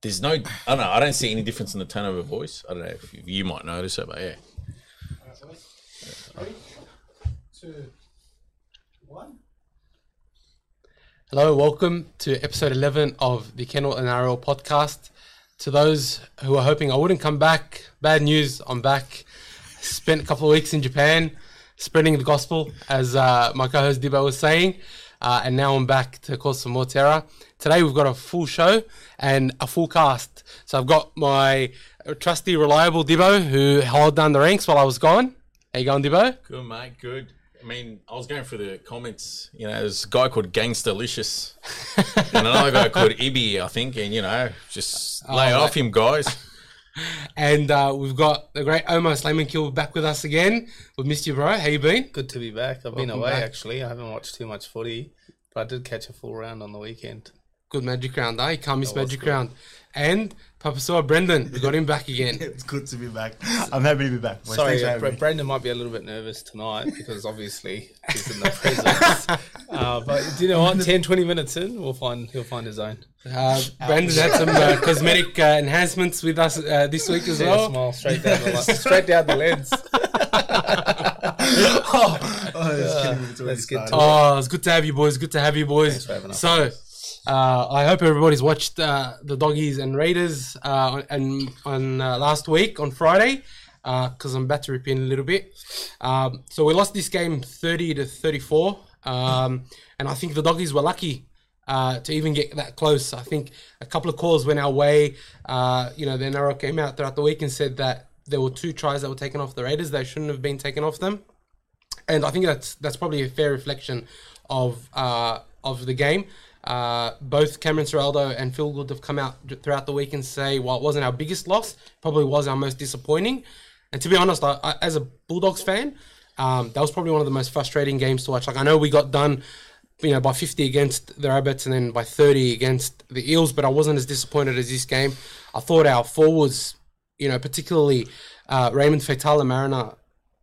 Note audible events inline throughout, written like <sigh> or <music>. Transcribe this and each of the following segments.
There's no, I don't know. I don't see any difference in the tone of her voice. I don't know if you, you might notice it, but yeah. Two, one. Hello, welcome to episode 11 of the Kennel NRL podcast. To those who are hoping I wouldn't come back, bad news, I'm back. Spent a couple of weeks in Japan spreading the gospel, as uh, my co host Debo was saying, uh, and now I'm back to cause some more terror. Today we've got a full show and a full cast. So I've got my trusty, reliable Debo who held down the ranks while I was gone. How you going, Debo? Good, mate. Good. I mean, I was going through the comments. You know, there's a guy called Gangsterlicious and another guy called Ibby, I think. And, you know, just lay off him, guys. And uh, we've got the great Omar Slamenkill back with us again. We've missed you, bro. How you been? Good to be back. I've been Welcome away back. actually. I haven't watched too much footy, but I did catch a full round on the weekend. Good magic round, eh? You can't miss was magic good. round. And Papasoa Brendan, we got him back <laughs> again. It's good to be back. I'm happy to be back. Wes, Sorry, uh, thanks for having Br- me. Brendan might be a little bit nervous tonight because obviously he's in the presence. <laughs> uh, but do you know what? 10, 20 minutes in, we'll find he'll find his own. Uh, Brendan had some uh, cosmetic uh, enhancements with us uh, this week as See a well. smile straight down the li- straight down the lens. <laughs> oh, it's killing me. It's already let's get started. to it. Oh, it's good to have you boys. Good to have you boys. having us. So, uh, I hope everybody's watched uh, the Doggies and Raiders uh, on- and on uh, last week on Friday because I'm about to rip in a little bit. Um, so we lost this game 30 to 34, um, and I think the Doggies were lucky. Uh, to even get that close, I think a couple of calls went our way. Uh, you know, the NRL came out throughout the week and said that there were two tries that were taken off the Raiders. They shouldn't have been taken off them and I think that's that's probably a fair reflection of uh, of the game. Uh, both Cameron Serraldo and Phil Good have come out d- throughout the week and say, while it wasn't our biggest loss, probably was our most disappointing. And to be honest, I, I, as a Bulldogs fan, um, that was probably one of the most frustrating games to watch. Like I know we got done, you know, by 50 against the Rabbits and then by 30 against the Eels, but I wasn't as disappointed as this game. I thought our forwards, you know, particularly uh, Raymond Fatal and Mariner,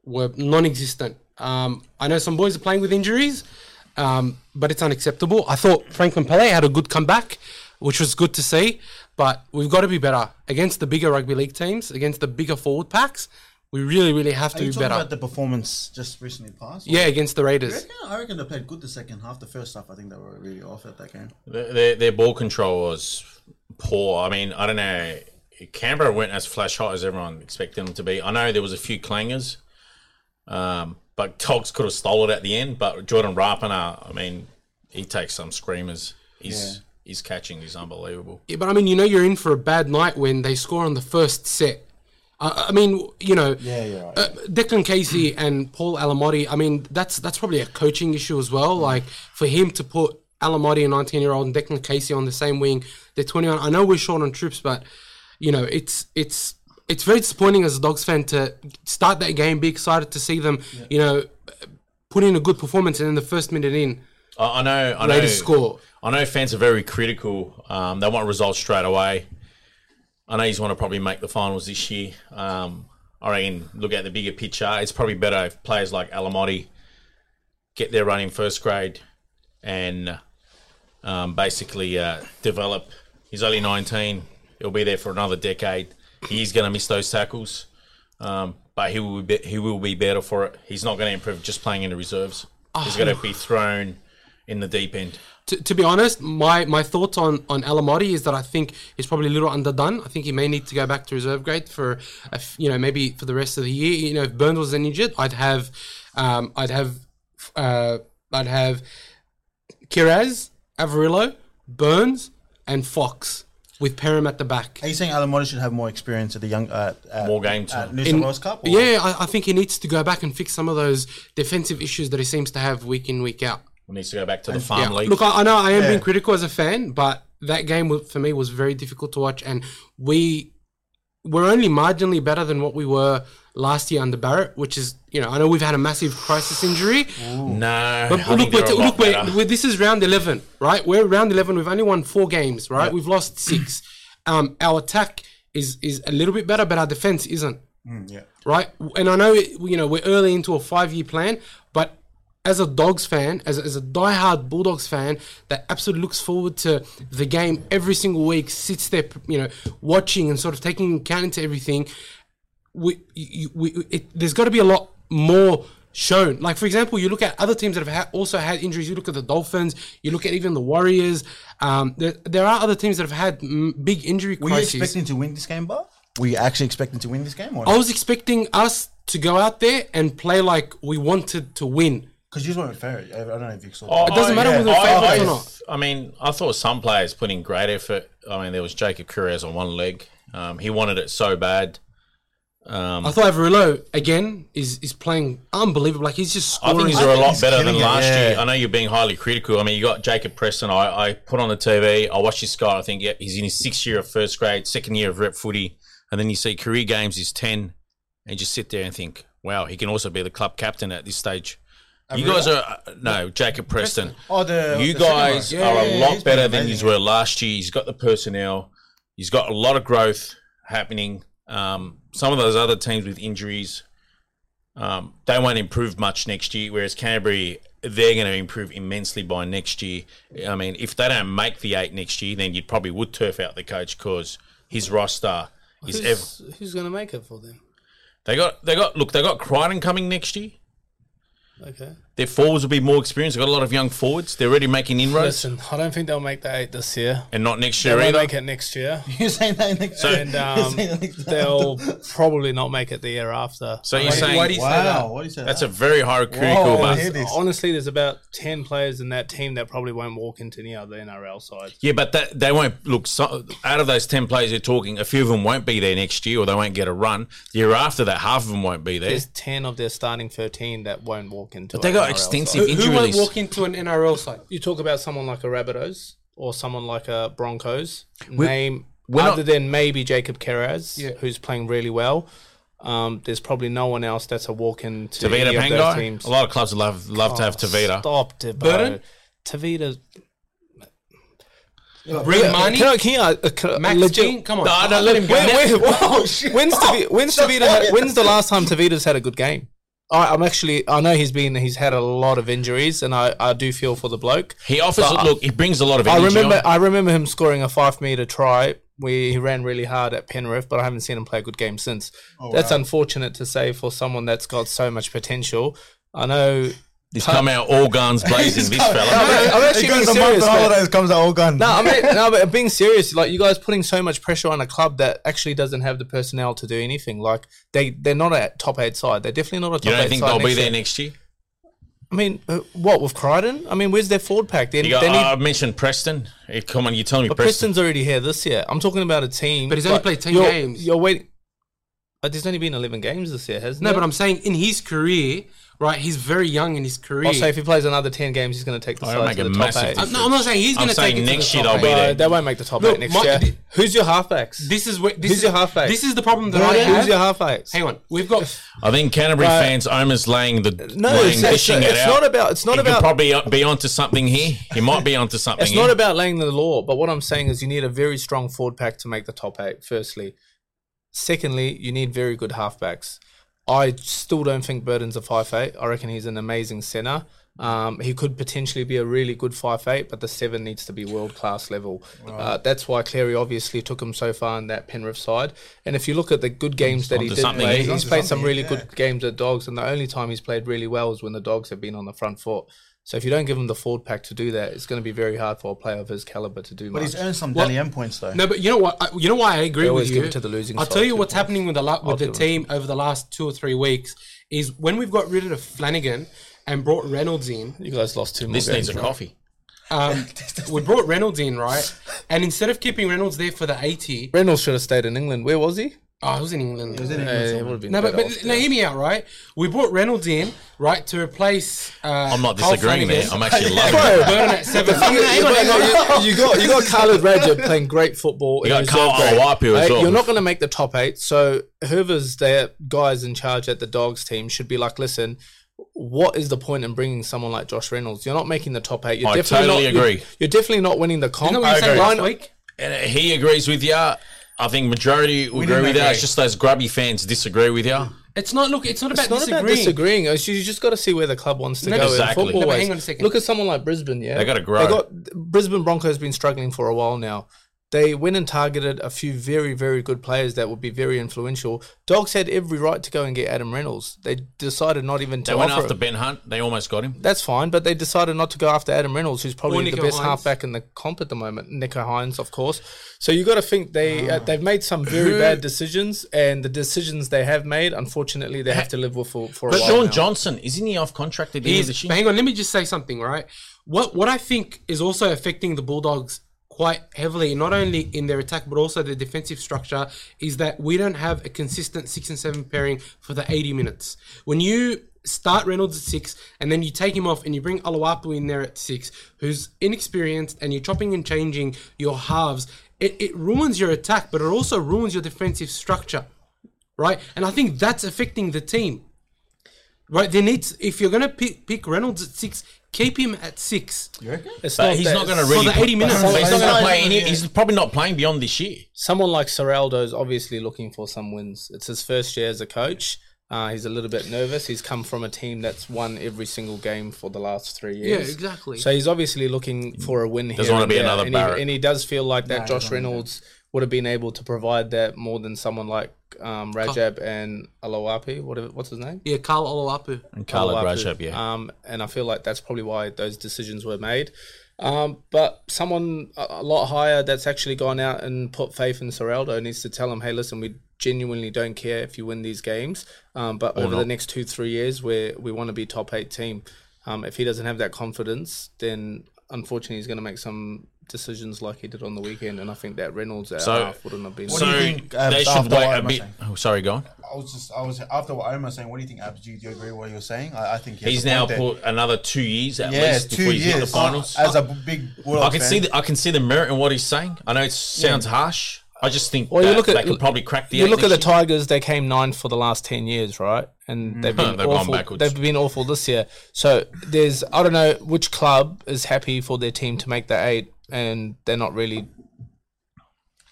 were non-existent. Um, I know some boys are playing with injuries, um, but it's unacceptable. I thought Franklin Pele had a good comeback, which was good to see. But we've got to be better against the bigger rugby league teams, against the bigger forward packs. We really, really have to Are you be talking better. about the performance just recently passed? yeah, against the I Raiders. reckon, I reckon they played good the second half. The first half, I think they were really off at that game. Their, their, their ball control was poor. I mean, I don't know. Canberra weren't as flash hot as everyone expected them to be. I know there was a few clangers, um, but Cox could have stolen it at the end. But Jordan Rapana, I mean, he takes some screamers. He's he's catching is unbelievable. Yeah, but I mean, you know, you're in for a bad night when they score on the first set. I I mean, you know, you're right. uh, Declan Casey and Paul Alamotti. I mean, that's that's probably a coaching issue as well. Like for him to put Alamotti, a 19 year old, and Declan Casey on the same wing, they're 21. I know we're short on troops, but you know, it's it's it's very disappointing as a Dogs fan to start that game, be excited to see them, you know, put in a good performance, and then the first minute in, I, I know. I know. Raiders score. I know fans are very critical. Um, they want results straight away. I know you just want to probably make the finals this year. Um, I reckon look at the bigger picture. It's probably better if players like Alamotti get their run in first grade and um, basically uh, develop. He's only 19. He'll be there for another decade. He's going to miss those tackles, um, but he will be he will be better for it. He's not going to improve just playing in the reserves. He's going to be thrown in the deep end. to, to be honest, my, my thoughts on, on Alamotti is that I think he's probably a little underdone. I think he may need to go back to reserve grade for, a f you know, maybe for the rest of the year. You know, if Burns was injured, I'd have, um, I'd have, uh, I'd have Kiraz, Avarillo, Burns, and Fox with Perham at the back. Are you saying Alamotti should have more experience at the young uh, at, More game time. at New South Wales Cup? or- Yeah, I, I think he needs to go back and fix some of those defensive issues that he seems to have week in week out. We needs to go back to the farm Yeah. league. Look, I, I know I am being Yeah. critical as a fan, but that game wa- for me was very difficult to watch, and we were only marginally better than what we were last year under Barrett, which is you know I know we've had a massive crisis injury, no, but I look, think we're, they're a look lot we're, better. we're- this is round 11, right? We're round 11. We've only won four games, right? We've lost six. um, our attack is is a little bit better, but our defense isn't Mm, yeah. right? And I know it, you know we're early into a five year plan, but as a Dogs fan, as, as a diehard Bulldogs fan that absolutely looks forward to the game every single week, sits there, you know, watching and sort of taking account into everything, we, you, we it, there's got to be a lot more shown. Like for example, you look at other teams that have ha- also had injuries. You look at the Dolphins. You look at even the Warriors. Um, there, there are other teams that have had mm, big injury Were you crises. expecting to win this game, Bar? Were you actually expecting to win this game? I was expecting us to go out there and play like we wanted to win. Because you just weren't fair. I I don't know if you saw Oh, that. doesn't matter whether they're I- favourites I- or not. I mean, I thought some players put in great effort. I mean, there was Jacob Carreras on one leg. Um, he wanted it so bad. I thought Averillo again is is playing unbelievable. Like he's just I scoring. think these are a lot he's better than killing it, last yeah. year. I know you're being highly critical. I mean, you got Jacob Preston. I, I put on the TV. I watched this guy. I think yeah, he's in his sixth year of first grade, second year of rep footy, and then you see career games is ten, and you just sit there and think, wow, he can also be the club captain at this stage. You guys are uh, no Jacob Preston. Oh, the you the second guys one. are a yeah, lot he's been better than you amazing. were last year. He's got the personnel. He's got a lot of growth happening. Um, some of those other teams with injuries, um, they won't improve much next year. Whereas Canterbury, they're going to improve immensely by next year. I mean, if they don't make the eight next year, then you probably would turf out the coach because his roster is. Ev- Who's, <laughs> who's going to make it for them? they got they got look they got Crichton coming next year. Okay. Their forwards will be more experienced. They've got a lot of young forwards. They're already making inroads, Listen, I don't think they'll make the eight this year. and not next They year won't either. make it next year, You're saying that next So- <laughs> <laughs> and um, they'll probably not make it the year after. So you're Like, saying why do you say Wow, what do you say? that's a very high critical, Oh, Whoa. but hear this. honestly, there's about ten players in that team that probably won't walk into any other NRL side. yeah, but that they won't look. So, out of those ten players you're talking, a few of them won't be there next year, or they won't get a run. The year after that, half of them won't be there. There's ten of their starting thirteen that won't walk into. But they got extensive who, injury who won't list. walk into an NRL side? You talk about someone like a Rabbitohs or someone like a Broncos. name we're not- other than maybe Jacob Carras, Yeah. who's playing really well. Um, there's probably no one else that's a walk into Tavita any of those Pangai. teams. Oh, A lot of clubs would love love to Oh, have Tavita. Stop, Debo. Burton? Tavita. Bring money. Can I? Can I? Uh, can I- Max legit- King, come on. No, no, let him go. Wait, wait, <laughs> Oh, shit. When's Tavita, when's, shots Tavita had, fired. when's the last time Tavita's had a good game? I, I'm actually. I know he's been. He's had a lot of injuries, and I, I do feel for the bloke. <laughs> He offers. But- look, he brings a lot of I energy. remember. on. I remember him scoring a five meter try. where he ran really hard at Penrith, but I haven't seen him play a good game since. Oh, that's unfortunate to say for someone that's got so much potential. <laughs> I know. he's come out all <laughs> guns blazing. this fella. I'm, I'm actually He goes being a month serious. on man. holidays, comes out all gone. No, I mean, no, but being serious, like you guys putting so much pressure on a club that actually doesn't have the personnel to do anything. Like they, they're not a top eight side. They're definitely not a top You eight don't think side. they'll be next there year. next year? I mean, uh, what with Crichton? I mean, where's their forward pack? They, You got, they need. I mentioned Preston. Eh, come on, you tell me but Preston. Preston's already here this year. I'm talking about a team. But he's only like, played 10 you're- games. You're waiting. But there's only been 11 games this year, hasn't No, there? but I'm saying in his career, right? He's very young in his career. Also, Oh, if he plays another 10 games, he's going to take the Oh, side make to a the top massive eight. Uh, no, I'm not saying he's I'm going to saying take it next to the year top they'll be eight. there. Uh, they won't make the top Look, eight next my- year. thi- Who's your halfbacks? This is where this Who's is your halfback? This is the problem that I Burton, have. Who's your halfbacks? Hang on, we've got I think Canterbury Right. fans, Omer's laying the No, laying, it's, it's, dishing it it's out. not about. It's not he could about. probably uh, be onto something here. He might be onto something. It's here. not about laying the law, but what I'm saying is you need a very strong forward pack to make the top eight, firstly. Secondly, you need very good halfbacks. I still don't think Burden's a five eight. I reckon he's an amazing centre. Um, he could potentially be a really good five eight, but the seven needs to be world class level. Uh, that's why Cleary obviously took him so far in that Penrith side. And if you look at the good games that he onto did something, play, he's he's onto played some something, really yeah. good games at Dogs, and the only time he's played really well is when the Dogs have been on the front foot. So if you don't give him the forward pack to do that, it's going to be very hard for a player of his caliber to do But much. he's earned some Well, Dally M points though. No, but you know what? I, you know why I agree always with you. give it to the losing I'll side tell you too, what's boys. happening with the la- with the give it team over the last two or three weeks is when we've got rid of Flanagan and brought Reynolds in. you guys lost two more This games. needs a coffee. Um, we brought Reynolds in, right? And instead of keeping Reynolds there for the eighty, Reynolds should have stayed in England. Where was he? oh, I was in England. Yeah, he would have been no, but, better but <laughs> off no, there. hear me out, right? We brought Reynolds in, right, to replace. Uh, I'm not disagreeing there. I'm actually loving it. Bro, Burn at seven. you, you got you got Khalid Rajab playing great football. You in got reserve Carl grade. Owapu as Hey, well. You're not going to make the top eight. So whoever's their guys in charge at the Dogs team should be like, listen, what is the point in bringing someone like Josh Reynolds? You're not making the top eight. You're I definitely totally not, you're- agree. You're, definitely not winning the comp. You know what you said agree. last week? And uh, he agrees with you. I think majority will agree didn't with you. agree. It's just those grubby fans disagree with you. It's not. Look, it's not about It's not disagreeing. about disagreeing. It's you just got to see where the club wants to No, go. exactly. In football No, but ways. hang on a second. Look at someone like Brisbane. Yeah, They gotta grow. Brisbane Broncos been struggling for a while now. They went and targeted a few very, very good players that would be very influential. Dogs had every right to go and get Adam Reynolds. They decided not even to They went offer after him. Ben Hunt. They almost got him. That's fine, but they decided not to go after Adam Reynolds, who's Or probably the Nico best Hines. halfback in the comp at the moment. Nico Hines, of course. So you got to think Ah. they uh, they've made some very bad decisions, and the decisions they have made, unfortunately, they have to live with for, for a But while. Sean now. Johnson isn't he off contract at the He end is. of this But year? hang on, let me just say something, right? What what I think is also affecting the Bulldogs quite heavily, not only in their attack but also their defensive structure, is that we don't have a consistent six and seven pairing for the eighty minutes. When you start Reynolds at six and then you take him off and you bring Alawapu in there at six, who's inexperienced, and you're chopping and changing your halves, it, it ruins your attack, but it also ruins your defensive structure. Right? And I think that's affecting the team. Right, then it's if you're gonna pick, pick Reynolds at six, keep him at six. It's But he's not going to that- really. the 80 minutes. but he's not going to Someone- play any. He's probably not playing beyond this year. someone like Seraldo's obviously looking for some wins. It's his first year as a coach. Uh, he's a little bit nervous. He's come from a team that's won every single game for the last three years. exactly. So he's obviously looking for a win here. Doesn't wanna and be there, another and Barrett. he, and he does feel like that Josh Reynolds would have been able to provide that more than someone like um, Rajab and Alawapi. What, what's his name? Yeah, Carl Olawapu. And Carlo Olapu. Brashab, yeah. Um, and I feel like that's probably why those decisions were made. Um, but someone a a lot higher that's actually gone out and put faith in Seraldo needs to tell him, hey, listen, we genuinely don't care if you win these games, um, but over the not. next two three years, we we want to be top eight team. Um, if he doesn't have that confidence, then unfortunately he's going to make some decisions like he did on the weekend, and I think that Reynolds at So- half wouldn't have been. so do you think, uh, they should after wait a Wai- bit. Oh, sorry, go on. I was just, I was after what Omar was saying. What do you think, Abs? Do you, do you agree with what you're saying? I, I think he has He's a now point there. put another two years at yeah, least two before he's hit the years finals. as a big. I can see the, I can see the merit in what he's saying. I know it sounds harsh. I just think Well, that you look at they could probably crack the. You eight look at the next year. Mm. Tigers; they came ninth for the last ten years, right? And they've been <laughs> They've gone awful. backwards. They've been awful this year. So there's I don't know which club is happy for their team to make the eight, and they're not really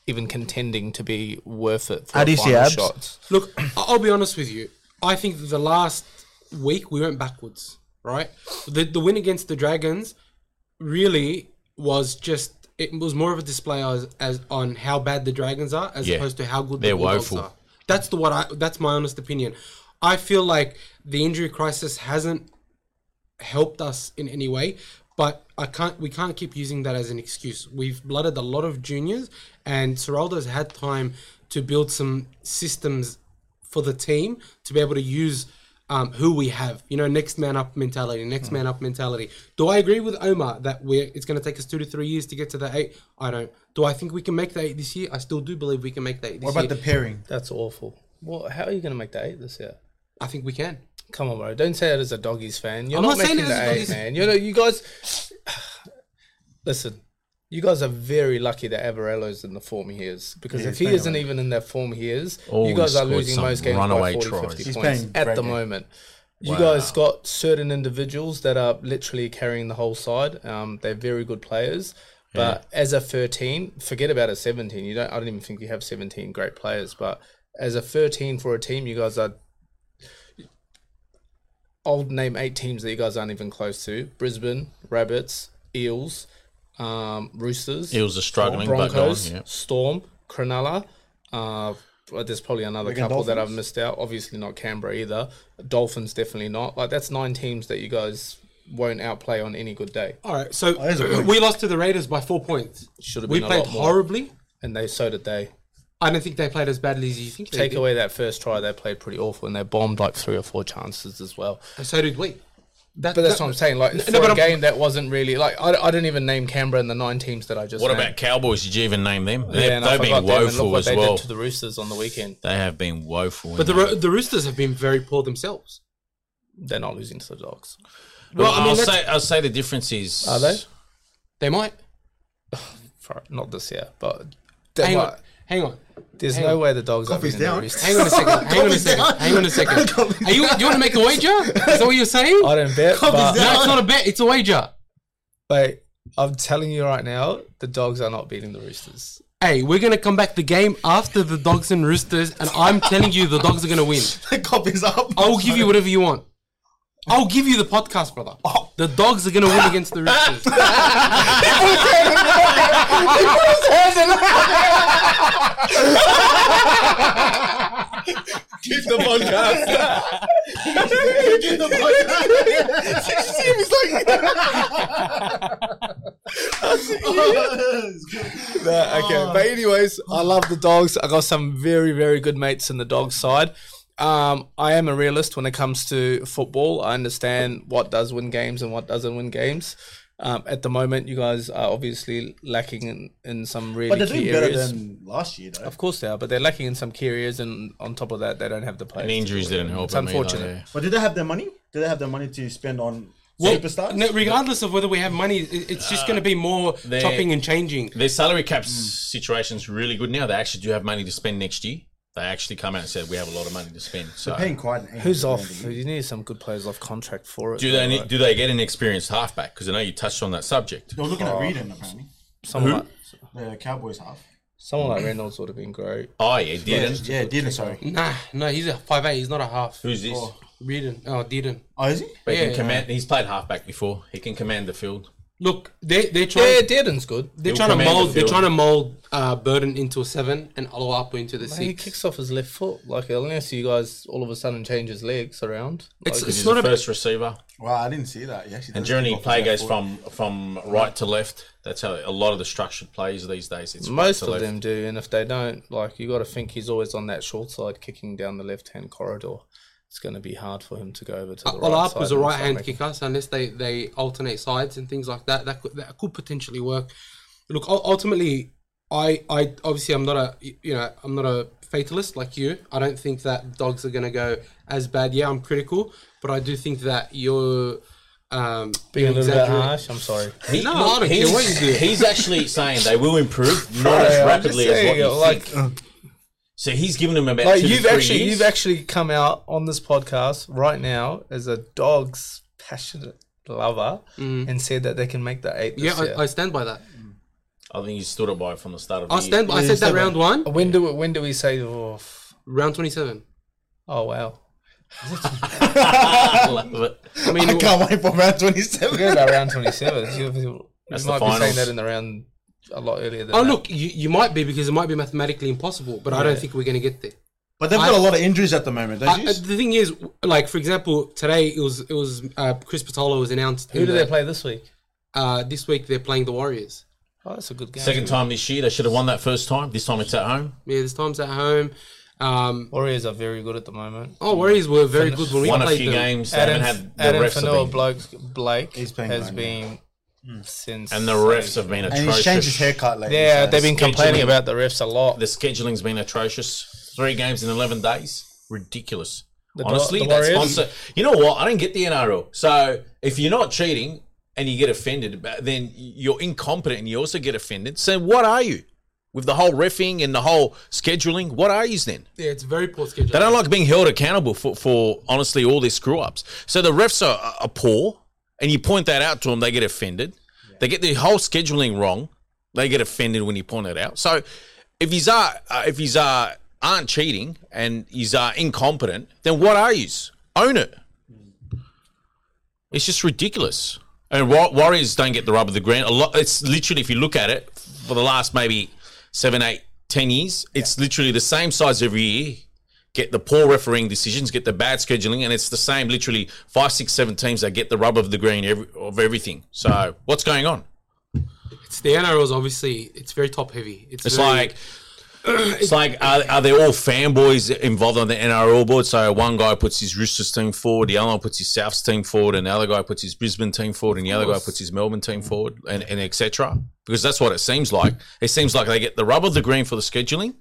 even contending to be worth it for How do the you see final abs? shots. Look, I- I'll be honest with you. I think that the last week we went backwards, right? The the win against the Dragons really was just it was more of a display as, as on how bad the Dragons are as Yeah. opposed to how good They're the Bulldogs woeful. are. That's the what I that's my honest opinion. I feel like the injury crisis hasn't helped us in any way. But I can't. We can't keep using that as an excuse. We've blooded a lot of juniors, and Seraldo's had time to build some systems for the team to be able to use um, who we have. You know, next man up mentality. Next man up mentality. Do I agree with Omar that we're? It's going to take us two to three years to get to the eight. I don't. Do I think we can make the eight this year? I still do believe we can make the eight this What about year. the pairing? That's awful. Well, how are you going to make the eight this year? I think we can. Come on, bro! Don't say that as a doggies fan. You're I'm not, not saying making it as the a eight, doggies- man. You know, you guys. <sighs> Listen, you guys are very lucky that Avarello's in the form he is because if he isn't even in that form he is, Oh, you guys he are scored losing some most games by runaway 40, tries. 50 He's points playing at great the game. moment. You guys got certain individuals that are literally carrying the whole side. Um, they're very good players. But as a 13, forget about a 17. You don't. I don't even think you have 17 great players. But as a 13 for a team, you guys are I'll name eight teams that you guys aren't even close to: Brisbane, Rabbits, Eels, um, Roosters, Eels are struggling, but go on. Broncos, Yeah. Storm, Cronulla. Uh, well, there's probably another Wigan couple that I've Dolphins? missed out. Obviously not Canberra either. Dolphins definitely not. Like that's nine teams that you guys won't outplay on any good day, All right. So there's <clears throat> a point. we lost to the Raiders by four points. Should've we been a played lot more. horribly. and they so did they. I don't think they played as badly as you think they Take did. away that first try, they played pretty awful, and they bombed like three or four chances as well. So did we. That, But that's what I'm saying. Like for but a I'm- game that wasn't really like I, I didn't even name Canberra in the nine teams that I just. What named. about Cowboys? Did you even name them? They, Yeah, and I they've forgot been them, and woeful look what as they well. Did to the Roosters on the weekend, They have been woeful. But the, Ro- the Roosters have been very poor themselves. they're not losing to the Dogs. well, I mean, I'll let's- say I'll say the difference is Are they? They might. For- not this year, but Hang like, on. Hang on. there's hang no on. way the Dogs are Coffee's beating the down. <laughs> Roosters. Hang on a <laughs> second. Hang on a second. Hang on a <laughs> second. Are you, do you want to make a wager? Is that what you're saying? I don't bet, but, No, it's not a bet. It's a wager. but I'm telling you right now, the Dogs are not beating the Roosters. Hey, we're gonna come back the game after the dogs and roosters, and I'm telling you the dogs are gonna win. the <laughs> copies up. I will give you whatever you want. I'll give you the podcast, brother. Oh. The dogs are gonna win <laughs> against the roosters. Keep the podcast. <laughs> Nah, okay, but anyways, I love the dogs. I got some very, very good mates in the dog side. Um, I am a realist when it comes to football. I understand what does win games and what doesn't win games. Um, at the moment, you guys are obviously lacking in, in some really But they're doing key better areas. than last year, though. of course they are, but they're lacking in some key areas, and on top of that, they don't have the players. And injuries didn't help. It's him either, unfortunate. yeah. But did they have their money? Did they have their money to spend on superstars? No, regardless of whether we have money, it- it's just gonna be more they- chopping and changing. Their salary Hmm. cap situation's really good now. They actually do have money to spend next year. They actually come out and said we have a lot of money to spend. So Paying quite. An Who's off? You need some good players off contract for it. do though, they right? do they get an experienced halfback? Because I know you touched on that subject. They were looking at Reading apparently. Someone, Like, The Cowboys half. someone Hmm. like Reynolds would have been great. Oh yeah, did Yeah, yeah, Dina. Sorry. Nah, no, he's a five eight. He's not a half. Who's this? Reardon, oh, Dearden. Oh, is he? But he Yeah. can command. He's played halfback before. He can command the field. Look, they they try. Yeah, Dearden's good. They're He'll trying to command the mold. they're field. trying to mold uh, Burden into a seven and Aluapu into the He six. kicks off his left foot. Like unless you guys all of a sudden change his legs around. It's, Like, it's He's not the a first receiver. Wow, I didn't see that. Yeah, actually And does during kick the off play his left goes foot. from from right to left. That's how a lot of the structured plays these days. It's most right to of left. them do, and if they don't, like you got to think he's always on that short side, kicking down the left hand corridor. It's going to be hard for him to go over to the right Uh, Olap side was a and right start hand making- kicker, so unless they, they alternate sides and things like that, that could, that could potentially work. Look, ul- ultimately, I, I obviously I'm not a you know I'm not a fatalist like you. I don't think that dogs are going to go as bad. Yeah, I'm critical, but I do think that you're um, Being a you're little bit exaggerating. harsh. I'm sorry. He- No, I don't care what you do. He's actually saying they will improve, not as I'm just rapidly as what saying, you like- think. So he's given them about Like two to you've three actually years. you've actually come out on this podcast right now as a dog's passionate lover Mm. and said that they can make the eight. This Yeah, year. I, I stand by that. I think he stood it by it from the start of I the stand. By, I said that round one, when do when do we say? Oh, f- round twenty-seven. oh wow. <laughs> year. Love it. I mean, I can't wait for round twenty-seven. Forget about round 27. You, you That's might the be saying finals. that in the round a lot earlier than oh that. look, you, you might be because it might be mathematically impossible, but I don't think we're going to get there. But they've got a lot of injuries at the moment, I, don't I- you? the thing is, like for example, today it was it was uh, Chris Patolo was announced. Who in do the- they play this week? Uh, this week they're playing the Warriors. Oh, that's a good game. <laughs> Second time this year, they should have won that first time. This time it's at home. Yeah, this time's at home. Um, Warriors are very good at the moment. oh, Warriors were very good when we won a played few them. games. They Adam, haven't had the Adam refs Fanua have been, Blake, Blake has playing Blank, been since. and the refs have been And he's changed his atrocious. haircut lately. Yeah, so they've been complaining scheduling. about the refs a lot. The scheduling's been atrocious. Three games in eleven days, ridiculous. The- Honestly, the that's Warriors? sponsor. You know what? I don't get the NRL. So if you're not cheating and you get offended, about- then you're incompetent and you also get offended. So what are you? With the whole refing and the whole scheduling, what are you then? Yeah, it's very poor schedule. They don't like being held accountable for, for honestly all their screw ups. So the refs are, are poor, and you point that out to them, they get offended. They get the whole scheduling wrong. They get offended when you point it out. So if he's are uh, if he's are aren't cheating and he's are incompetent, then what are yous? Own it. It's just ridiculous. And Wa- Warriors don't get the rub of the ground. A lot. It's literally, if you look at it, for the last maybe seven, eight, ten years, it's literally the same size every year. Get the poor refereeing decisions, get the bad scheduling, and it's the same. Literally five, six, seven teams that get the rub of the green every, of everything. So what's going on? It's the NRL's obviously it's very top heavy. It's, It's very- like. It's like are, are they all fanboys involved on the NRL board? So one guy puts his Roosters team forward, the other one puts his Souths team forward, and the other guy puts his Brisbane team forward, and the other guy puts his Melbourne team forward, and, and etc. Because that's what it seems like. It seems like they get the rub of the green for the scheduling,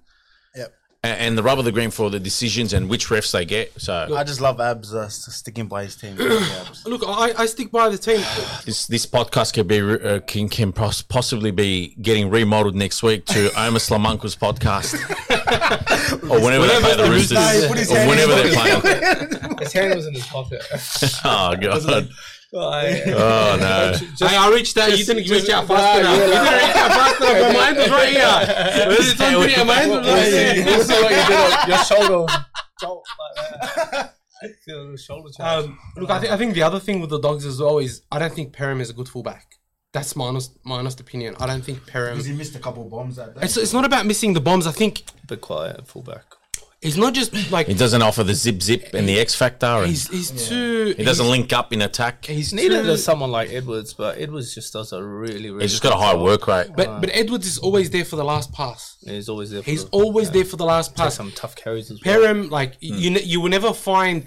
Yep. a- and, the rub of the green for the decisions and which refs they get. So I just love Abs uh, s- sticking by his <clears throat> team. Abs. look, I, I stick by the team. this this podcast could be uh, can can pos- possibly be getting remodeled next week to Omar Slamunka's podcast, or whenever they play the Roosters, Nah, he put his or hand in <laughs> whenever his they're playing. His hand was in his pocket. Oh god. Uh, <laughs> Oh no! Hey, I reached out. You just- didn't just- reach out fast enough. You didn't reach out fast enough. My mind was right here. It's on video. My hand was right here. what you did. Your shoulder. jolt like that. shoulder Um, look, I, think I think the other thing with the dogs as well is I don't think Perham is a good fullback. That's my honest, my honest opinion. I don't think Because Perham. he missed a couple bombs that day. It's, it's not about missing the bombs. I think the quiet fullback. it's not just like He doesn't offer the zip zip and the X factor, and he's he's too. he doesn't link up in attack. He's, He's, he's Neither too- does someone like Edwards, but Edwards just does a really, really. just got a high work rate. But but Edwards is always there for the last pass. He's always there. For He's the- always there for the last Has pass. some tough carries as well. Perham, like Hmm. you, ne- you will never find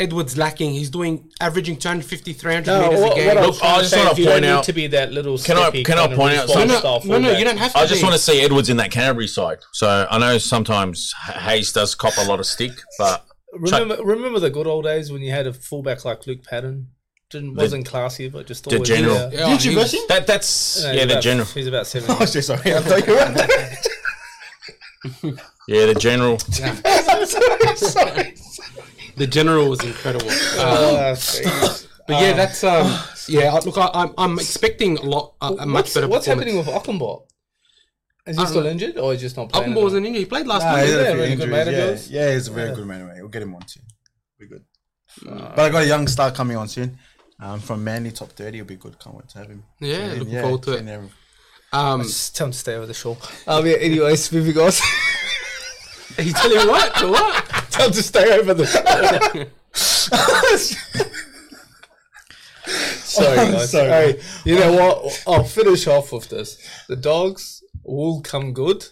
Edwards lacking. He's doing averaging 250, 300 meters a game. uh, I was Look, trying I to just say wanna is you don't point need out- to to be that little. Can I- steppy can I kind of point out response no, no, no, you don't have to. I just be. want to see Edwards in that Canterbury side. So I know sometimes H- Hayes does cop a lot of stick, but Remember, remember the good old days when you had a fullback like Luke Patton. Didn't wasn't classy, but just always general. there. Yeah, Did you he rush was- him? that that's yeah No, he's the about- general He's about <laughs> seven. Oh, shit, sorry. <laughs> I thought you were yeah the general. sorry. The general was <laughs> incredible. <laughs> Uh, Oh, jeez. but yeah, that's um, yeah. I- Look, I, I'm I'm expecting a lot, a, a much what's, better. what's performance. happening with Ockenball? Is he Um, don't still know. injured or is he just not playing? Uppenball was at an injury. He played last Nah, night. he's had a yeah, few really good mate of injuries. yours. Yeah, yeah, he's a very good man. Anyway, we'll get him on soon. We're good. but I got a young star coming on soon. Um, from Manly top thirty, it'll be good. Can't wait to have him. Yeah, Tune in, looking forward to tune it. in. Um, <laughs> all? Just tell him to stay over the shore. Um, yeah, anyways, moving on. <laughs> he tell you what, the what? tell him to stay over the shore. Sorry, guys. Sorry. Hey, you know what? I'll finish off with this. The dogs will come good.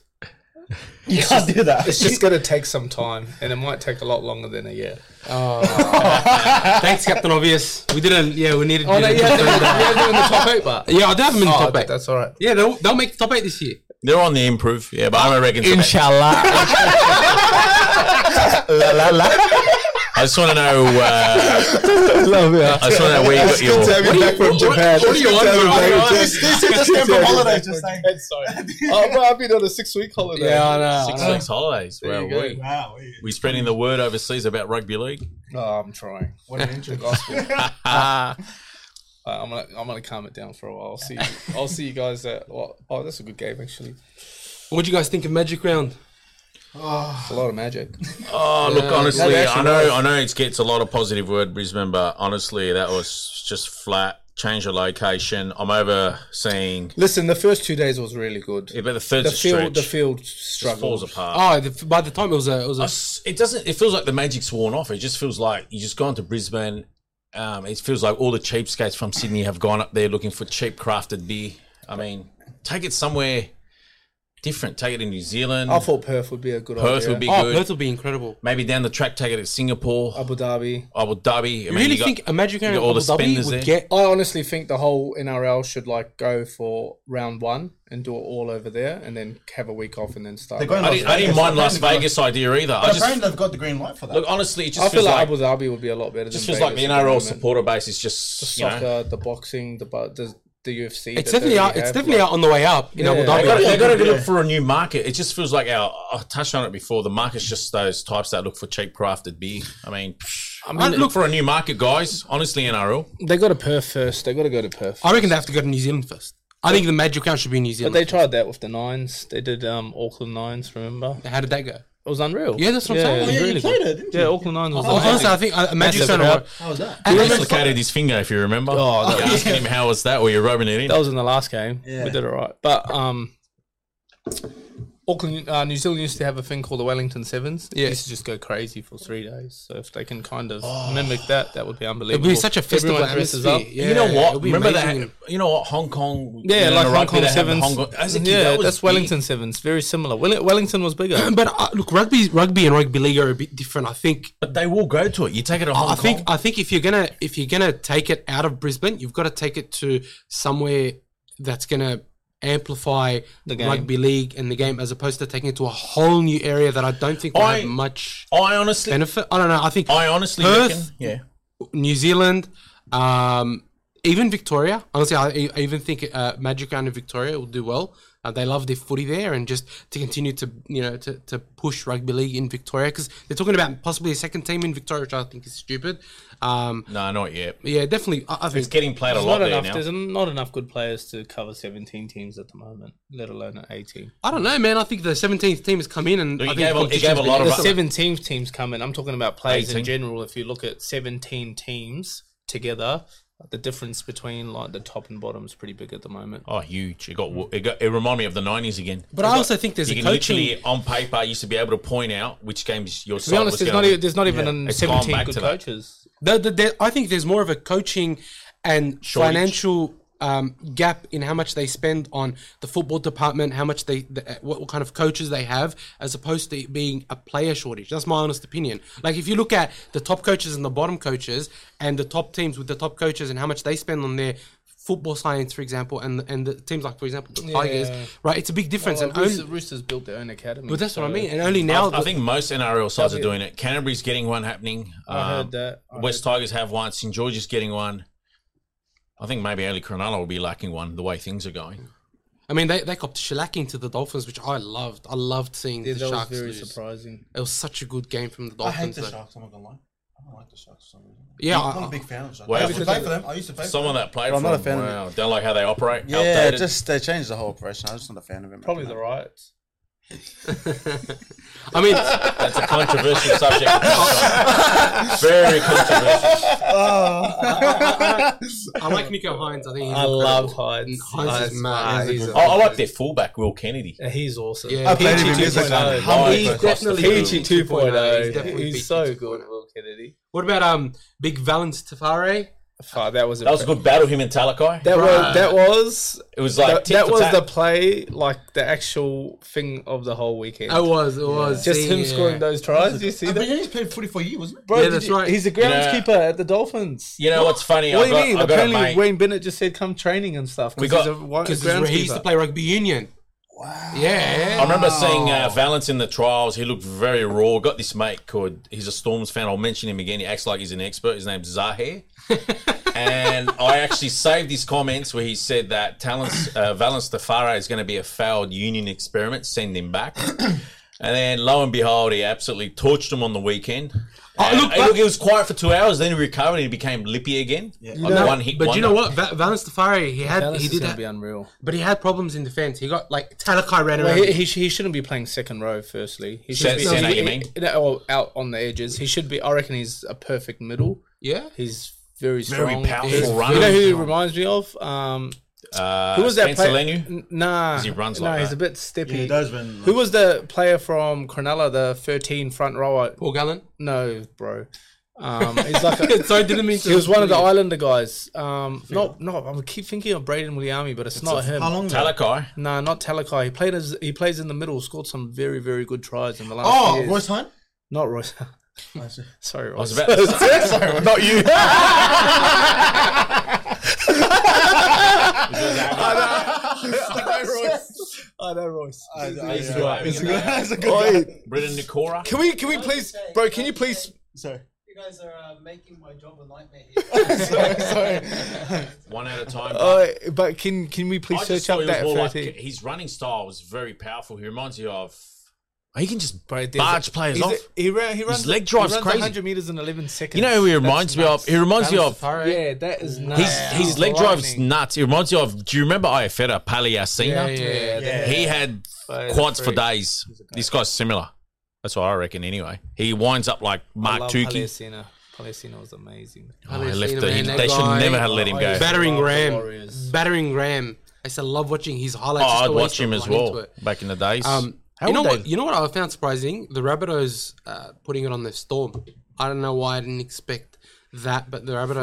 You can't do that. It's just going to take some time, and it might take a lot longer than a year. Thanks, Captain Obvious. We didn't. Yeah, we needed. Oh, no, didn't- yeah, they're, they're doing the top eight, but. yeah, I do have him in the Oh, top eight. that's all right. Yeah, they'll, they'll make the top eight this year. They're on the improve, yeah. But I reckon. Inshallah. I just want to know. Uh, <laughs> I just want to know where you got your. have you back from Japan. <laughs> what do you want, bro? This this is just <laughs> came from holiday. Just saying. oh, bro, I've been on a six week holiday. I Six weeks holidays. Wow, you go. we Wow. we spreading the word overseas about rugby league. No, Oh, I'm trying. What an intro. Uh, I'm gonna I'm gonna calm it down for a while. I'll see you, I'll see you guys at well, oh that's a good game actually. What do you guys think of Magic Round? It's a lot of magic. Oh, look, honestly, that I actually know, I know, it gets a lot of positive word, Brisbane, but honestly, that was just flat. Change the location. I'm overseeing. Listen, the first two days was really good. Yeah, but the third the stretch field the field just falls struggled. apart. Oh, the, by the time it was a, it was a It's- It doesn't. It feels like the magic's worn off. It just feels like you just gone to Brisbane. Um, it feels like all the cheapskates from Sydney have gone up there looking for cheap crafted beer. I mean, take it somewhere different. Take it in New Zealand. I thought Perth would be a good Perth idea. would be oh, good. Perth will be incredible. Maybe down the track, take it to Singapore, Abu Dhabi. Abu Dhabi. I You mean, really you got- think a Magic Round got all Abu the Dhabi spenders would there. get? oh, I honestly think the whole NRL should like go for round one and do it all over there and then have a week off and then start. They're going I Las didn't, I didn't Vegas. mind Las Apparently Vegas idea either. I they've got- just Apparently, they've got the green light for that. look honestly, it just I feel feels like like, Abu Dhabi would be a lot better. just than feels like the Vegas at NRL moment. supporter base is just you know, soccer, the boxing, the bu- the the UFC. It's definitely out, it's definitely out on the way up in Abu Yeah. I They gotta, Dhabi. they gotta Yeah. look for a new market. It just feels like our. I touched on it before. The market's just those types that look for cheap crafted beer. I mean, I mean look for a new market, guys. Honestly, NRL. They got to Perth first. They got to go to Perth. I reckon they have to go to New Zealand first. I think the Magic Round should be in New but Zealand. they tried that with the nines. They did um, Auckland nines. Remember? How did that go? It was unreal. Yeah, that's what I'm saying. it was Yeah, you really played good. it, didn't Yeah, you? Auckland nines was Oh, amazing. honestly, I think a Magic Round. Massive crowd. How was that? He Actually, dislocated his finger, if you remember. Oh, that You're asking <laughs> him how was that? Were you rubbing it in? That was in the last game. Yeah. We did all right. But um, Auckland, uh, New Zealand used to have a thing called the Wellington Sevens. They Yeah. used to just go crazy for three days. So if they can kind of Oh. mimic that, that would be It'd unbelievable. be such a festival Everyone dresses atmosphere. up. Yeah, you know it'd what? be Remember amazing. that? You know what? Hong Kong. Yeah, you know, like the Hong rugby, Kong they have the sevens. Hong Kong- as a kid, yeah, that was that's big. Wellington sevens. Very similar. Well, Wellington was <laughs> bigger. But uh, look, rugby, rugby and rugby league are a bit different. I think. But they will go to it. You take it to Hong I Kong. think. I think if you're gonna if you're gonna take it out of Brisbane, you've got to take it to somewhere that's gonna amplify the game. rugby league and the game, as opposed to taking it to a whole new area that I don't think will I- have much I honestly, benefit. I don't know. I think I honestly Perth- reckon. Yeah. New Zealand, um, even Victoria. Honestly, I, I even think uh, Magic Round in Victoria will do well. Uh, they love their footy there, and just to continue to you know to, to push rugby league in Victoria because they're talking about possibly a second team in Victoria, which I think is stupid. Um, No, not yet. but yeah, definitely. I, I think It's getting played a There's lot not there enough. now. There's not enough good players to cover 17 teams at the moment, let alone 18. I don't know, man. I think the 17th team has come in, and Look, I he think gave a- he competition's gave a been lot of The Alright. excellent. 17 teams coming. I'm talking about players 18. in general. If you look at 17 teams together, the difference between like the top and bottom is pretty big at the moment. Oh, huge! It got it got it reminded me of the nineties again. But I also think there's you a can coaching. literally on paper used to be able to point out which games your To be side honest, was there's going. not, even, there's not even an It's gone 17 back good to that. coaches. The, the, the, I think there's more of a coaching and Shortage. financial um, gap in how much they spend on the football department, how much they, the, uh, what, what kind of coaches they have, as opposed to it being a player shortage. That's my honest opinion. Like if you look at the top coaches and the bottom coaches, and the top teams with the top coaches and how much they spend on their football science, for example, and and the teams like for example the Tigers, Yeah. Oh, right? It's a big difference. Well, and Roosters, only, Roosters built their own academy. but that's what I so mean. And only now, I the- think most NRL sides are doing it. Canterbury's getting one happening. I Um, heard that. I West Tigers have one. St George is getting one. I think maybe only Cronulla will be lacking one the way things are going. I mean, they, they copped shellacking to the Dolphins, which I loved. I loved seeing Yeah, the that was Sharks very lose. surprising. It was such a good game from the I Dolphins. hate the though. Sharks. I'm not gonna lie. I don't like the Sharks. For some reason. Yeah, I'm I- not a big fan of the Sharks. Well, I used to because play for them. I used to play. for Someone them. that played Well, for I'm not a them, fan of wow, it. don't like how they operate. Yeah, outdated. just they changed the whole operation. I'm just not a fan of it. Probably the riots. I mean, that's a controversial subject. Very controversial. <laughs> I like Nico Hines. I think he's I incredible. love Hines. Hines is mad. Hines is He's I, I like their fullback, Will Kennedy. Yeah, He's awesome. Uh, Yeah. I played him in 2.0. Music Land. How many oh. He's times across the definitely field? PG 2.0. He's definitely PG oh. He's so 2.0. good, Will Kennedy. What about um Big Valence Tafare? Fuck, that was That was a good battle, him and Talakai. That Bruh. was that was it was like that, tit that for was tat. the play, like the actual thing of the whole weekend. It was, it was just see, him yeah. scoring those tries. Did you see But that? he's played footy for you, wasn't it? Bro, Yeah, did that's you- right. He's a groundskeeper at the Dolphins. You know what's funny? what I do got, you mean? I got a Apparently, mate. Wayne Bennett just said come training and stuff. We because got- he's a wa- because this is where he used to groundskeeper. play rugby union. Wow. Yeah. I remember seeing uh, Valence in the trials. He looked very raw. Got this mate called, he's a Storms fan. I'll mention him again. He acts like he's an expert. His name's <laughs> Zahir. and I actually saved his comments where he said that Talents, uh, Valence Tafara is going to be a failed union experiment. Send him <clears throat> back. and then lo and behold, he absolutely torched him on the weekend. Oh, And, look, hey, but- look, he was quiet for two hours. Then he recovered and he became lippy again. On No, one hit but you know wonder. what? Va- Valence Tafare, he had, Dallas he is did, gonna ha- be unreal. but he had problems in defense. He got like Talakai ran Well, around. he, he, sh- he shouldn't be playing second row. Firstly, he Sen- should be Senna, he- you mean? he- or out on the edges. He should be. I reckon he's a perfect middle. yeah. He's very strong. powerful He's- runner. You know who he reminds me of? Um, Uh, who was that Spencer player? Lenu? N- Nah, he runs nah, like he's that. a bit steppy. Yeah, he does when- Who was the player from Cronulla, the thirteen front rower? Paul Gallen. No, bro. Um, he's <laughs> like a, Sorry, didn't <laughs> mean to. he was one of the Islander guys. Um, not no, I keep thinking of Braden Williami, but it's, not him. How long? ago? <laughs> Talakai. Nah, not Talakai. He played as he plays in the middle. Scored some very very good tries in the last. Oh, few years. Royce Hunt. Not Royce. <laughs> Sorry, I was Royce. about to say. <laughs> Not you. <laughs> I know Royce. It's It's a good- It's a Brendan Nikora. Can we can we please, bro? Can you please? Sorry. You guys are uh, making my job a nightmare here. Sorry, sorry. One at a time. Uh, but can can we please I just search thought up he was that more like, thirteen? his running style was very powerful. He reminds you of. He can just Bro, there's a- barge players he's a- off. he, ran, he runs. leg drive's he runs crazy. 100 meters in 11 seconds. you know who he reminds me of? He reminds me of. Yeah, that is nuts. His, his leg drive's Lightning. nuts. He reminds you of. Do you remember Ayafeta yeah, Paliasina? yeah, yeah. He had But quads it's for great. days. This guy's similar. That's what I reckon. Anyway, he winds up like I Mark love Tukey. Palestina. Palestina was amazing. Oh, he Palestina, left the, man, he- that they should guy- never have let him Oh, go. yeah. Battering Love the Ram. Warriors. Battering Ram. I used to love watching his highlights. Oh, just I'd the way watch he used to him as run into well it. back in the days. Um, you know what? You know what I found surprising? The Rabbitohs uh, putting it on the Storm. I don't know why I didn't expect that, but the If we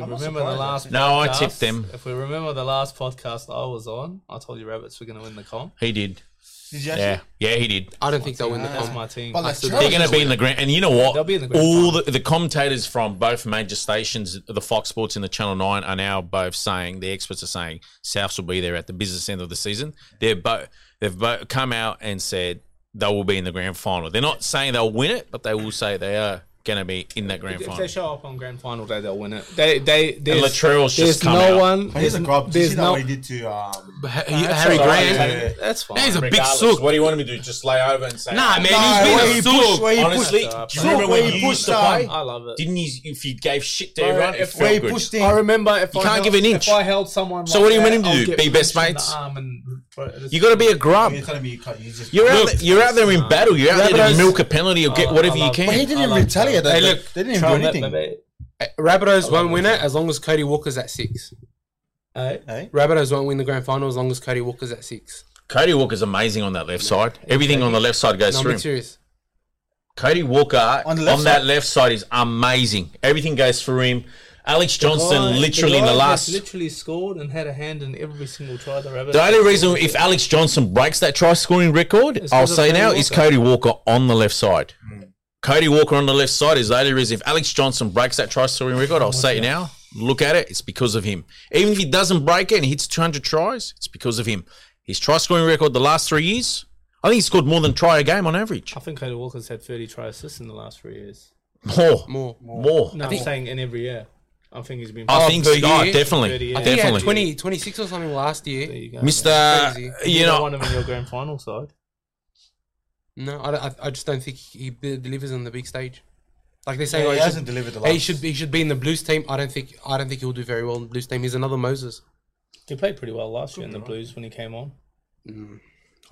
Rabbitohs. remember the last No, I podcast- tipped them. If we remember the last podcast I was on, I told you rabbits were going to win the comp. He did. Did you Yeah, actually? yeah, he did. I don't think they'll win the That's my comp. team. But that's They're going to be in the grand, and you know what? They'll be in the grand All the, the commentators from both major stations, the Fox Sports and the Channel Nine, are now both saying the experts are saying Souths will be there at the business end of the season. They're both they've both come out and said they will be in the grand final. They're not saying they'll win it, but they will say they are going to be in that grand If they final. show up on grand final day, they'll win it. They they there's, Latrell's just there's come no out. one. He's There's, a grub. Did you there's see that no. what he did to um, But Ha- Harry all right, Grant, man. Yeah. that's fine. that is a big Regardless, sook. What do you want him to do? Just lay over and say, Nah, man, Nah, where he he's been a pushed, sook. where he Honestly, pushed, do you remember Where when he you pushed used to down. play? I love it. Didn't you? If you gave shit to Bro, everyone, it if felt where he good. pushed in. I remember if You I can't held, give an inch. If I held someone, So like what do you want that, him to I'll do? get Be punched best in the mates? arm and- but You got to be a grub. You're telling me you cut. You just. You're out, Look, there, you're out there in battle. You're out there to Rabbitohs- milk a penalty or get Oh, whatever I you love- but he can. I didn't love retaliate. Hey, They, look, they didn't it's even do trump, anything. baby. Rabbitohs won't win it as long as Cody Walker's at six. Hey? Hey? Rabbitohs won't win the grand final as long as Cody Walker's at six. Cody Walker's amazing on that left side. Everything on the left side goes No, I'm through being him. serious. Cody Walker on, On the left that side. left side is amazing. Everything goes through him. Alex Johnson, Guy- literally in guy the last. that's literally scored and had a hand in every single try the rabbit. The only reason if Alex Johnson breaks that try scoring record, I'll 'cause of say Cody now, is Walker. Cody Walker on the left side. Cody Walker on the left side is the only reason. If Alex Johnson breaks that try scoring record, I'll say it now. Look at it. It's because of him. Even if he doesn't break it and hits 200 tries, it's because of him. His try scoring record the last three years, I think he scored more than try a game on average. I think Cody Walker's had 30 try assists in the last three years. More. More. More. No, I'm saying in every year. I think he's been. I think per so. Oh, year? Per definitely. year. I think he had Definitely. 20, 26 or something last year. There you go. Mr. Crazy. You don't know, want him in your grand final side. No, I, don't- I, I just don't think he de- delivers on the big stage. Like they say, Yeah, like, he should- hasn't delivered the hey, he last- should he should be in the Blues team. I don't think I don't think he'll do very well in the Blues team. He's another Moses. He played pretty well last year in the Blues when he came on. oh,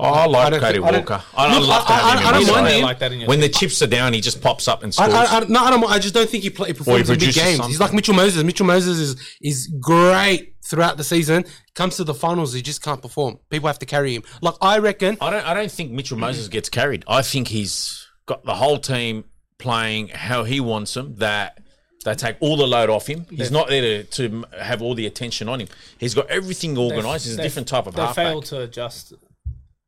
I I like don't Cody think- I don't- Walker. I don't Look, love to I- have I- him. I don't in my mind side. him. Like that in your When the team. chips are down, he just pops up and I, scores. I, I, no, I, don't, I just don't think he, play, he performs in big produces games. something. He's like Mitchell Moses. Mitchell Moses is is great throughout the season. Comes to the finals, he just can't perform. People have to carry him. Like I reckon, I don't. I don't think Mitchell Moses gets carried. I think he's got the whole team playing how he wants them. That they take all the load off him. He's not there to, to have all the attention on him. He's got everything organised. He's a They- different type of They halfback. failed to adjust.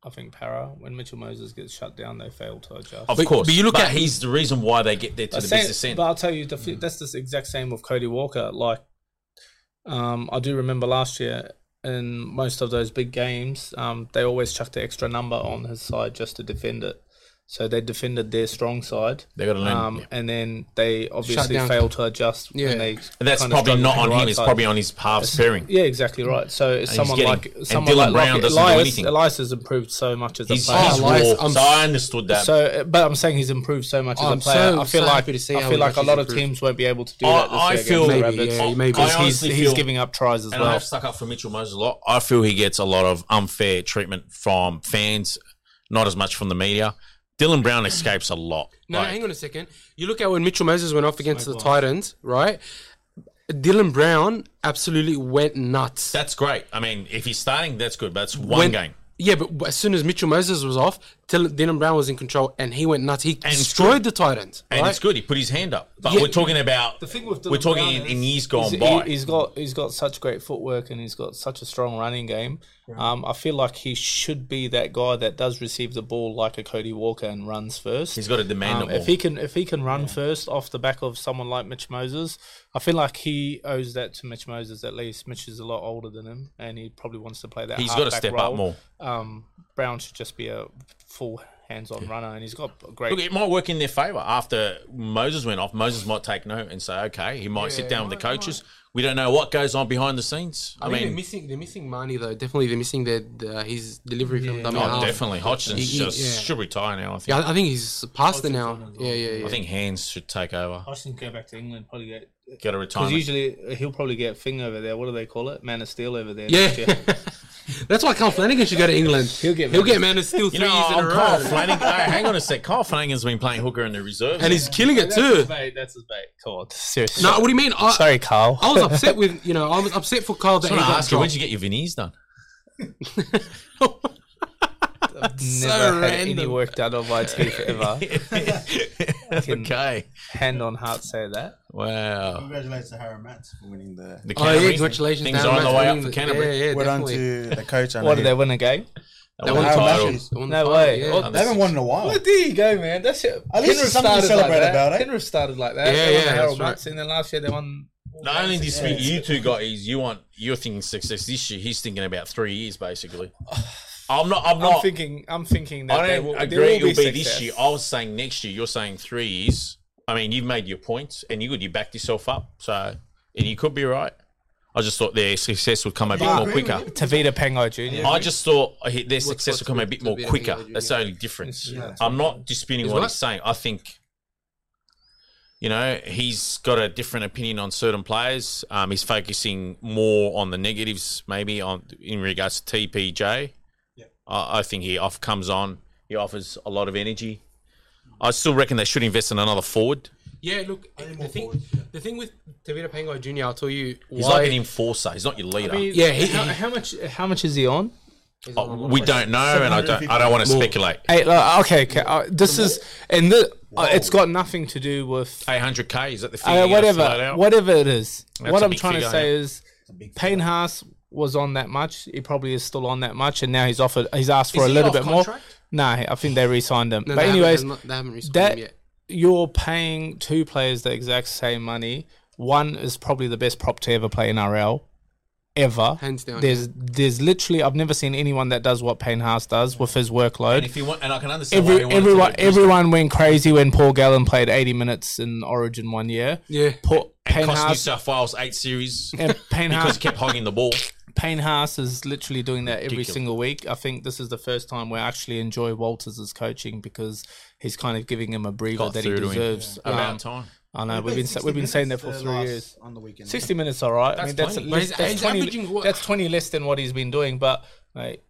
I think Para when Mitchell Moses gets shut down, they failed to adjust. Of But- course, but you look at- he's the reason why they get there to I the say- business end. Mm. But I'll tell you, the, f that's the exact same with Cody Walker. Like, um, I do remember last year in most of those big games, um, they always chucked an extra number on his side just to defend it. So they defended their strong side. They gotta learn, um, yeah. and then they obviously down. failed to adjust. Yeah. and they And that's kinda probably struggled not with on the him. right It's side. probably on his half pairing. Yeah, exactly right. So it's he's someone getting- like and someone Dylan like Brown doesn't do Elias, anything. Elias has improved so much as He's, a player. he's Oh, Elias, raw. I'm so I understood that. So, but I'm saying he's improved so much I'm as a player. so- I feel so like happy to see I how feel like much a he's lot of improved. teams won't be able to do I- that. This I year feel- against the Maybe, Rabbits. yeah, you may be. 'Cause I he's, honestly he's feel- giving up tries as and well. I've stuck up for Mitchell Moses a lot. I feel he gets a lot of unfair treatment from fans, not as much from the media. Dylan Brown escapes a lot. No, Like, hang on a second. You look at when Mitchell Moses went off against the Titans, right? Dylan Brown absolutely went nuts. That's great. I mean, if he's starting, that's good. But that's one When- game. Yeah, but as soon as Mitchell Moses was off, Dyl- Dylan Brown was in control and he went nuts. He it's destroyed the Titans. And right? it's good. He put his hand up. But Yeah. we're talking about. The thing with Dylan we're talking Brown in, is- in years gone He's- by. He, has got he's got such great footwork and he's got such a strong running game. Um, I feel like he should be that guy that does receive the ball like a Cody Walker and runs first. he's got to demand Um, it more. if he can if he can run first off the back of someone like Mitch Moses, I feel like he owes that to Mitch Moses at least. Mitch is a lot older than him, and he probably wants to play that. He's got to step role. up more. Um, Brown should just be a full hands-on runner, and he's got a great. Look, it might work in their favour. After Moses went off, Moses might take note and say, okay, he might sit down with the coaches. We don't know what goes on behind the scenes. I, I mean, they're mean, missing they're missing money though. Definitely, they're missing their the, uh, his delivery from dummy oh, half. definitely. Hodgson's He- he- just yeah. should retire now, I think. Yeah, I- I think he's past it now. Yeah, yeah, yeah. I think Hands should take over. I should go back to England, probably get Get a because retirement. usually he'll probably get thing over there. What do they call it? Man of Steel over there. yeah. next year. <laughs> That's why Carl Flanagan should go to England. He'll get he'll get Man of Steel three you know, years in a on row, Kyle Flanagan. Hey, hang on a sec. Kyle Flanagan's been playing hooker in the reserves. and he's killing it <laughs> That's his too. mate. That's his mate. God, seriously. No, what do you mean? I, sorry, Carl. I was upset with you know I was upset for Carl that I he want to got ask you, where'd dropped. you get your veneers done? <laughs> <laughs> never had any random. work done on my <laughs> teeth ever. okay. Hand on heart, say that. Wow. Congratulations to Harry Matz for winning the. The Oh yeah, Canterbury- congratulations! Things Dan are on the Matthews. way up for Canterbury. Yeah, yeah, We're on definitely. to the coach. and What did he- they win a game? They That won the one- title. Matthews. Won the No title, way. yeah. Oh, Now They haven't this- won in a while. Well, there you go, man. That's it. At least Penrith something to started celebrate like that. about, eh? Penrith started like that. Yeah, they won yeah, the that's Harold right. Nuts, and then last year they won. The only dispute you two got is you want you're thinking success this year. He's thinking about three years <sighs> basically. I'm not. I'm I'm not. thinking. I'm thinking that I they don't will. there agree. will It'll be success. this year. I was saying next year. You're saying three years. I mean, you've made your points and you good. You backed yourself up, so and you could be right. I just thought their success would come a bit Yeah, I more agree with quicker. you. Tavita Pango Junior. I just thought I hit their what's success will come a with bit more Tabita quicker. Miller That's the only difference. Yeah, that's I'm not disputing Is what what? he's saying. I think, you know, he's got a different opinion on certain players. Um, he's focusing more on the negatives, maybe on in regards to TPJ. Yeah. I, I think he off comes on. He offers a lot of energy. I still reckon they should invest in another forward. Yeah, look, the more thing, forwards, the thing with Tavita Pango Jr., I'll tell you He's why. like an enforcer. He's not your leader. Yeah, he- how, how much? How much is he on? Oh, we don't know, and I don't. I don't want to speculate. Hey, look, okay, okay. Uh, this is and the, uh, it's got nothing to do with 800k is that the figure? uh, you gotta float whatever, out? whatever it is. That's what a I'm big trying to figure, say yeah. is, Payne Haas was on that much. He probably is still on that much, and now he's offered. He's asked for Is a he little off bit contract? more. Nah, I think they re-signed him. No, but they anyways, haven't, they haven't responded that yet. you're paying two players the exact same money. One is probably the best prop to ever play NRL, ever. Hands down, There's there's literally I've never seen anyone that does what Payne Haas does with his workload. And if you want, and I can understand why Every, he wanted to do everyone it, because everyone went crazy when Paul Gallen played 80 minutes in Origin one year. Yeah. Paul, it Payne cost New Haas, South Wales eight series and Payne because Haas, he kept hogging the <laughs> ball. Payne Haas is literally doing that every Ridiculous. single week. I think this is the first time where I actually enjoy Walters' coaching because he's kind of giving him a breather Got that he through to him. deserves. Um, About time. I know we've been sa- we've been saying that for three years. on the weekend. Sixty minutes, all right. I mean, that's, at plenty. But least, he's- that's he's twenty. averaging what- That's twenty less than what he's been doing, but like,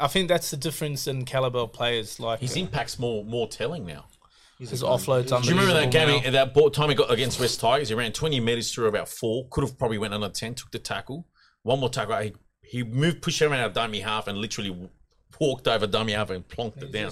I think that's the difference in caliber of players. Like His impact's more more telling now. his offloads. Do you remember that game? unbelievable he- That ball time he got against West Tigers, he ran twenty meters through about four. Could have probably went under ten. Took the tackle. One more tackle. He, he moved, pushed him out of dummy half, and literally walked over dummy half and plonked it down.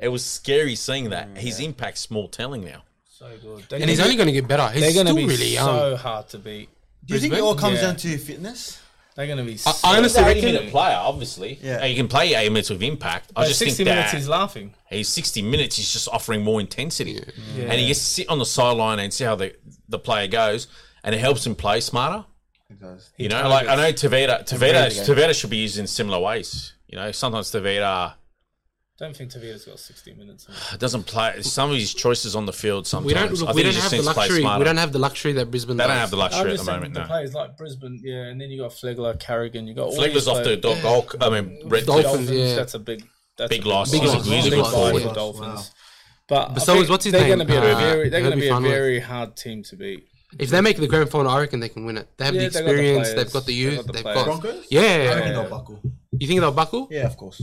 It was scary seeing that. His impact's more telling now. now. So good. And he's only going to get better. they're He's going to still be really young. so hard to beat. Do you think it all comes Yeah. down to fitness? They're going to be. I honestly He's an reckon- 80-minute player, obviously. Yeah. And you can play 80 minutes with impact. I But just sixty think that minutes, he's laughing. He's 60 minutes. He's just offering more intensity, Yeah. and he gets to sit on the sideline and see how the the player goes, and it helps him play smarter. It does. You know, like I know Tavita, Tavita, Tevita Tavita should be used in similar ways. You know, sometimes Tavita Don't think Tavita's got sixty minutes. doesn't play. Some of his choices on the field sometimes. we don't. Look, I think we he don't just have the needs to play luxury. smarter. We don't have the luxury that Brisbane. They don't does. have the luxury at the moment. the No, players like Brisbane, yeah, and then you got Flegler, Carrigan, you got all Flegler's these off the players- dog. Hulk- I mean, Red Dolphins, Dolphin. yeah. That's a big, that's Big a loss. Big He's a- loss. he's a Big good loss, forward. for yeah. the Dolphins. Wow. But, so I is- what's his they're name? Gonna be a Uh, very, they're going to Herbie be a Farnworth. very hard team to beat. If they make the grand final, I reckon they can win it. They have the Yeah, they got the experience. players. they've got the They youth. got the They've players. got. Broncos? I Yeah. reckon they'll buckle. You think they'll buckle? Yeah, of course.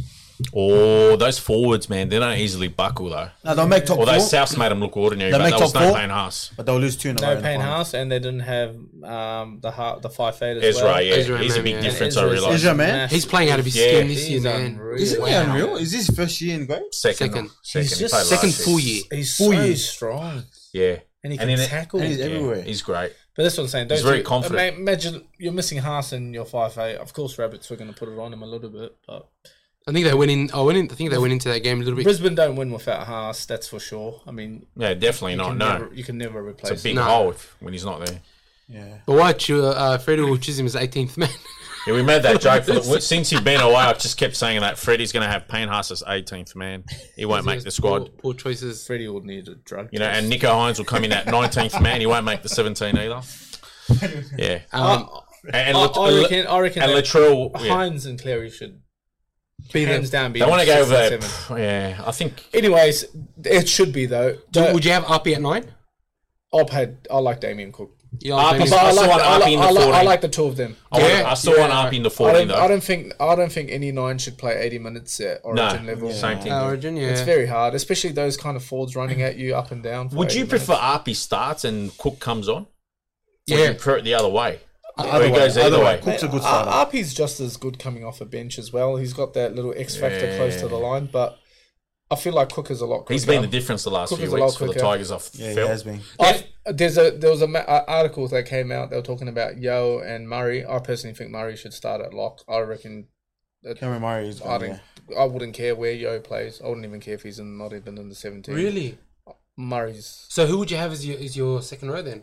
Oh, those forwards, man, they don't easily buckle though. No, they'll make top Although four, Souths made them look ordinary, They but make there was top no four. Payne Haas. but they'll lose two in a row. No in the Payne final. Haas, and they didn't have um, the heart, the five fade as Ezra, well. yeah, Ezra, he's a man, big yeah. difference. I Ezra's- realise. Is your man? He's playing out of his Yeah. skin this year, He's man. unreal. Isn't he Wow. unreal? Is this first year in grade? Second, Second. second, He's He just played Second last full year. year. He's Four so years. strong, Yeah, and And he can in it- tackle. And he's yeah, everywhere. he's great. But that's what I'm saying. Don't He's very you- confident. ima- Imagine you're missing Haas in your five eight. Of course, rabbits were going to put it on him a little bit, but I think they went in. I went in. I think they went into that game a little bit. Brisbane don't win without Haas. That's for sure. I mean, Yeah, definitely you not. can Oh, No, never, you can never replace. it's a big No. hole if, when he's not there. Yeah. But watch, uh, uh, Freddie will choose him as 18th man. Yeah, we made that joke. <laughs> For, since he's been away, I've just kept saying that Freddie's going to have Payne Haas as 18th man. He won't <laughs> make the Poor, squad. poor choices. Freddie will need a drug. You know, test. and Nico Hines will come in at 19th man. He won't make the 17 <laughs> either. Yeah. Uh, Um, And, and, I, Lat- I reckon, I reckon and that Latrell, yeah. Hines and Cleary should be hands down. Be They want to go six and over. seven. Yeah, I think Anyways, it should be though. do, Don't, would you have Uppy at nine? I'll pay, I like Damien Cook. You know what I'm Uppy's- saying? But I saw like, one I, up like, in the I, like, 40. I like the two of them. I, want, Yeah, I still want yeah. up in the I 40, don't, though. I don't think I don't think any nine should play eighty minutes at origin no, level. same thing. Uh, Origin, yeah. It's very hard, especially those kind of forwards running at you up and down. for Would you 80 minutes. prefer Arpy starts and Cook comes on? Or do you yeah. prefer it the other way? Either it way, goes either way. Cook's a good starter. Uh, RP's just as good coming off a bench as well. He's got that little X factor Yeah. close to the line, but I feel like Cook is a lot quicker. He's been the difference the last Cook few is a lot weeks for the quicker. Tigers. I've yeah, he felt. has been. I, there's a there was a ma- a article that came out. They were talking about Yo and Murray. I personally think Murray should start at lock. I reckon. Cameron Murray is I on don't. there. I wouldn't care where Yo plays. I wouldn't even care if he's in, not even in the seventeen. Really? Murray's So who would you have as your, as your second row then?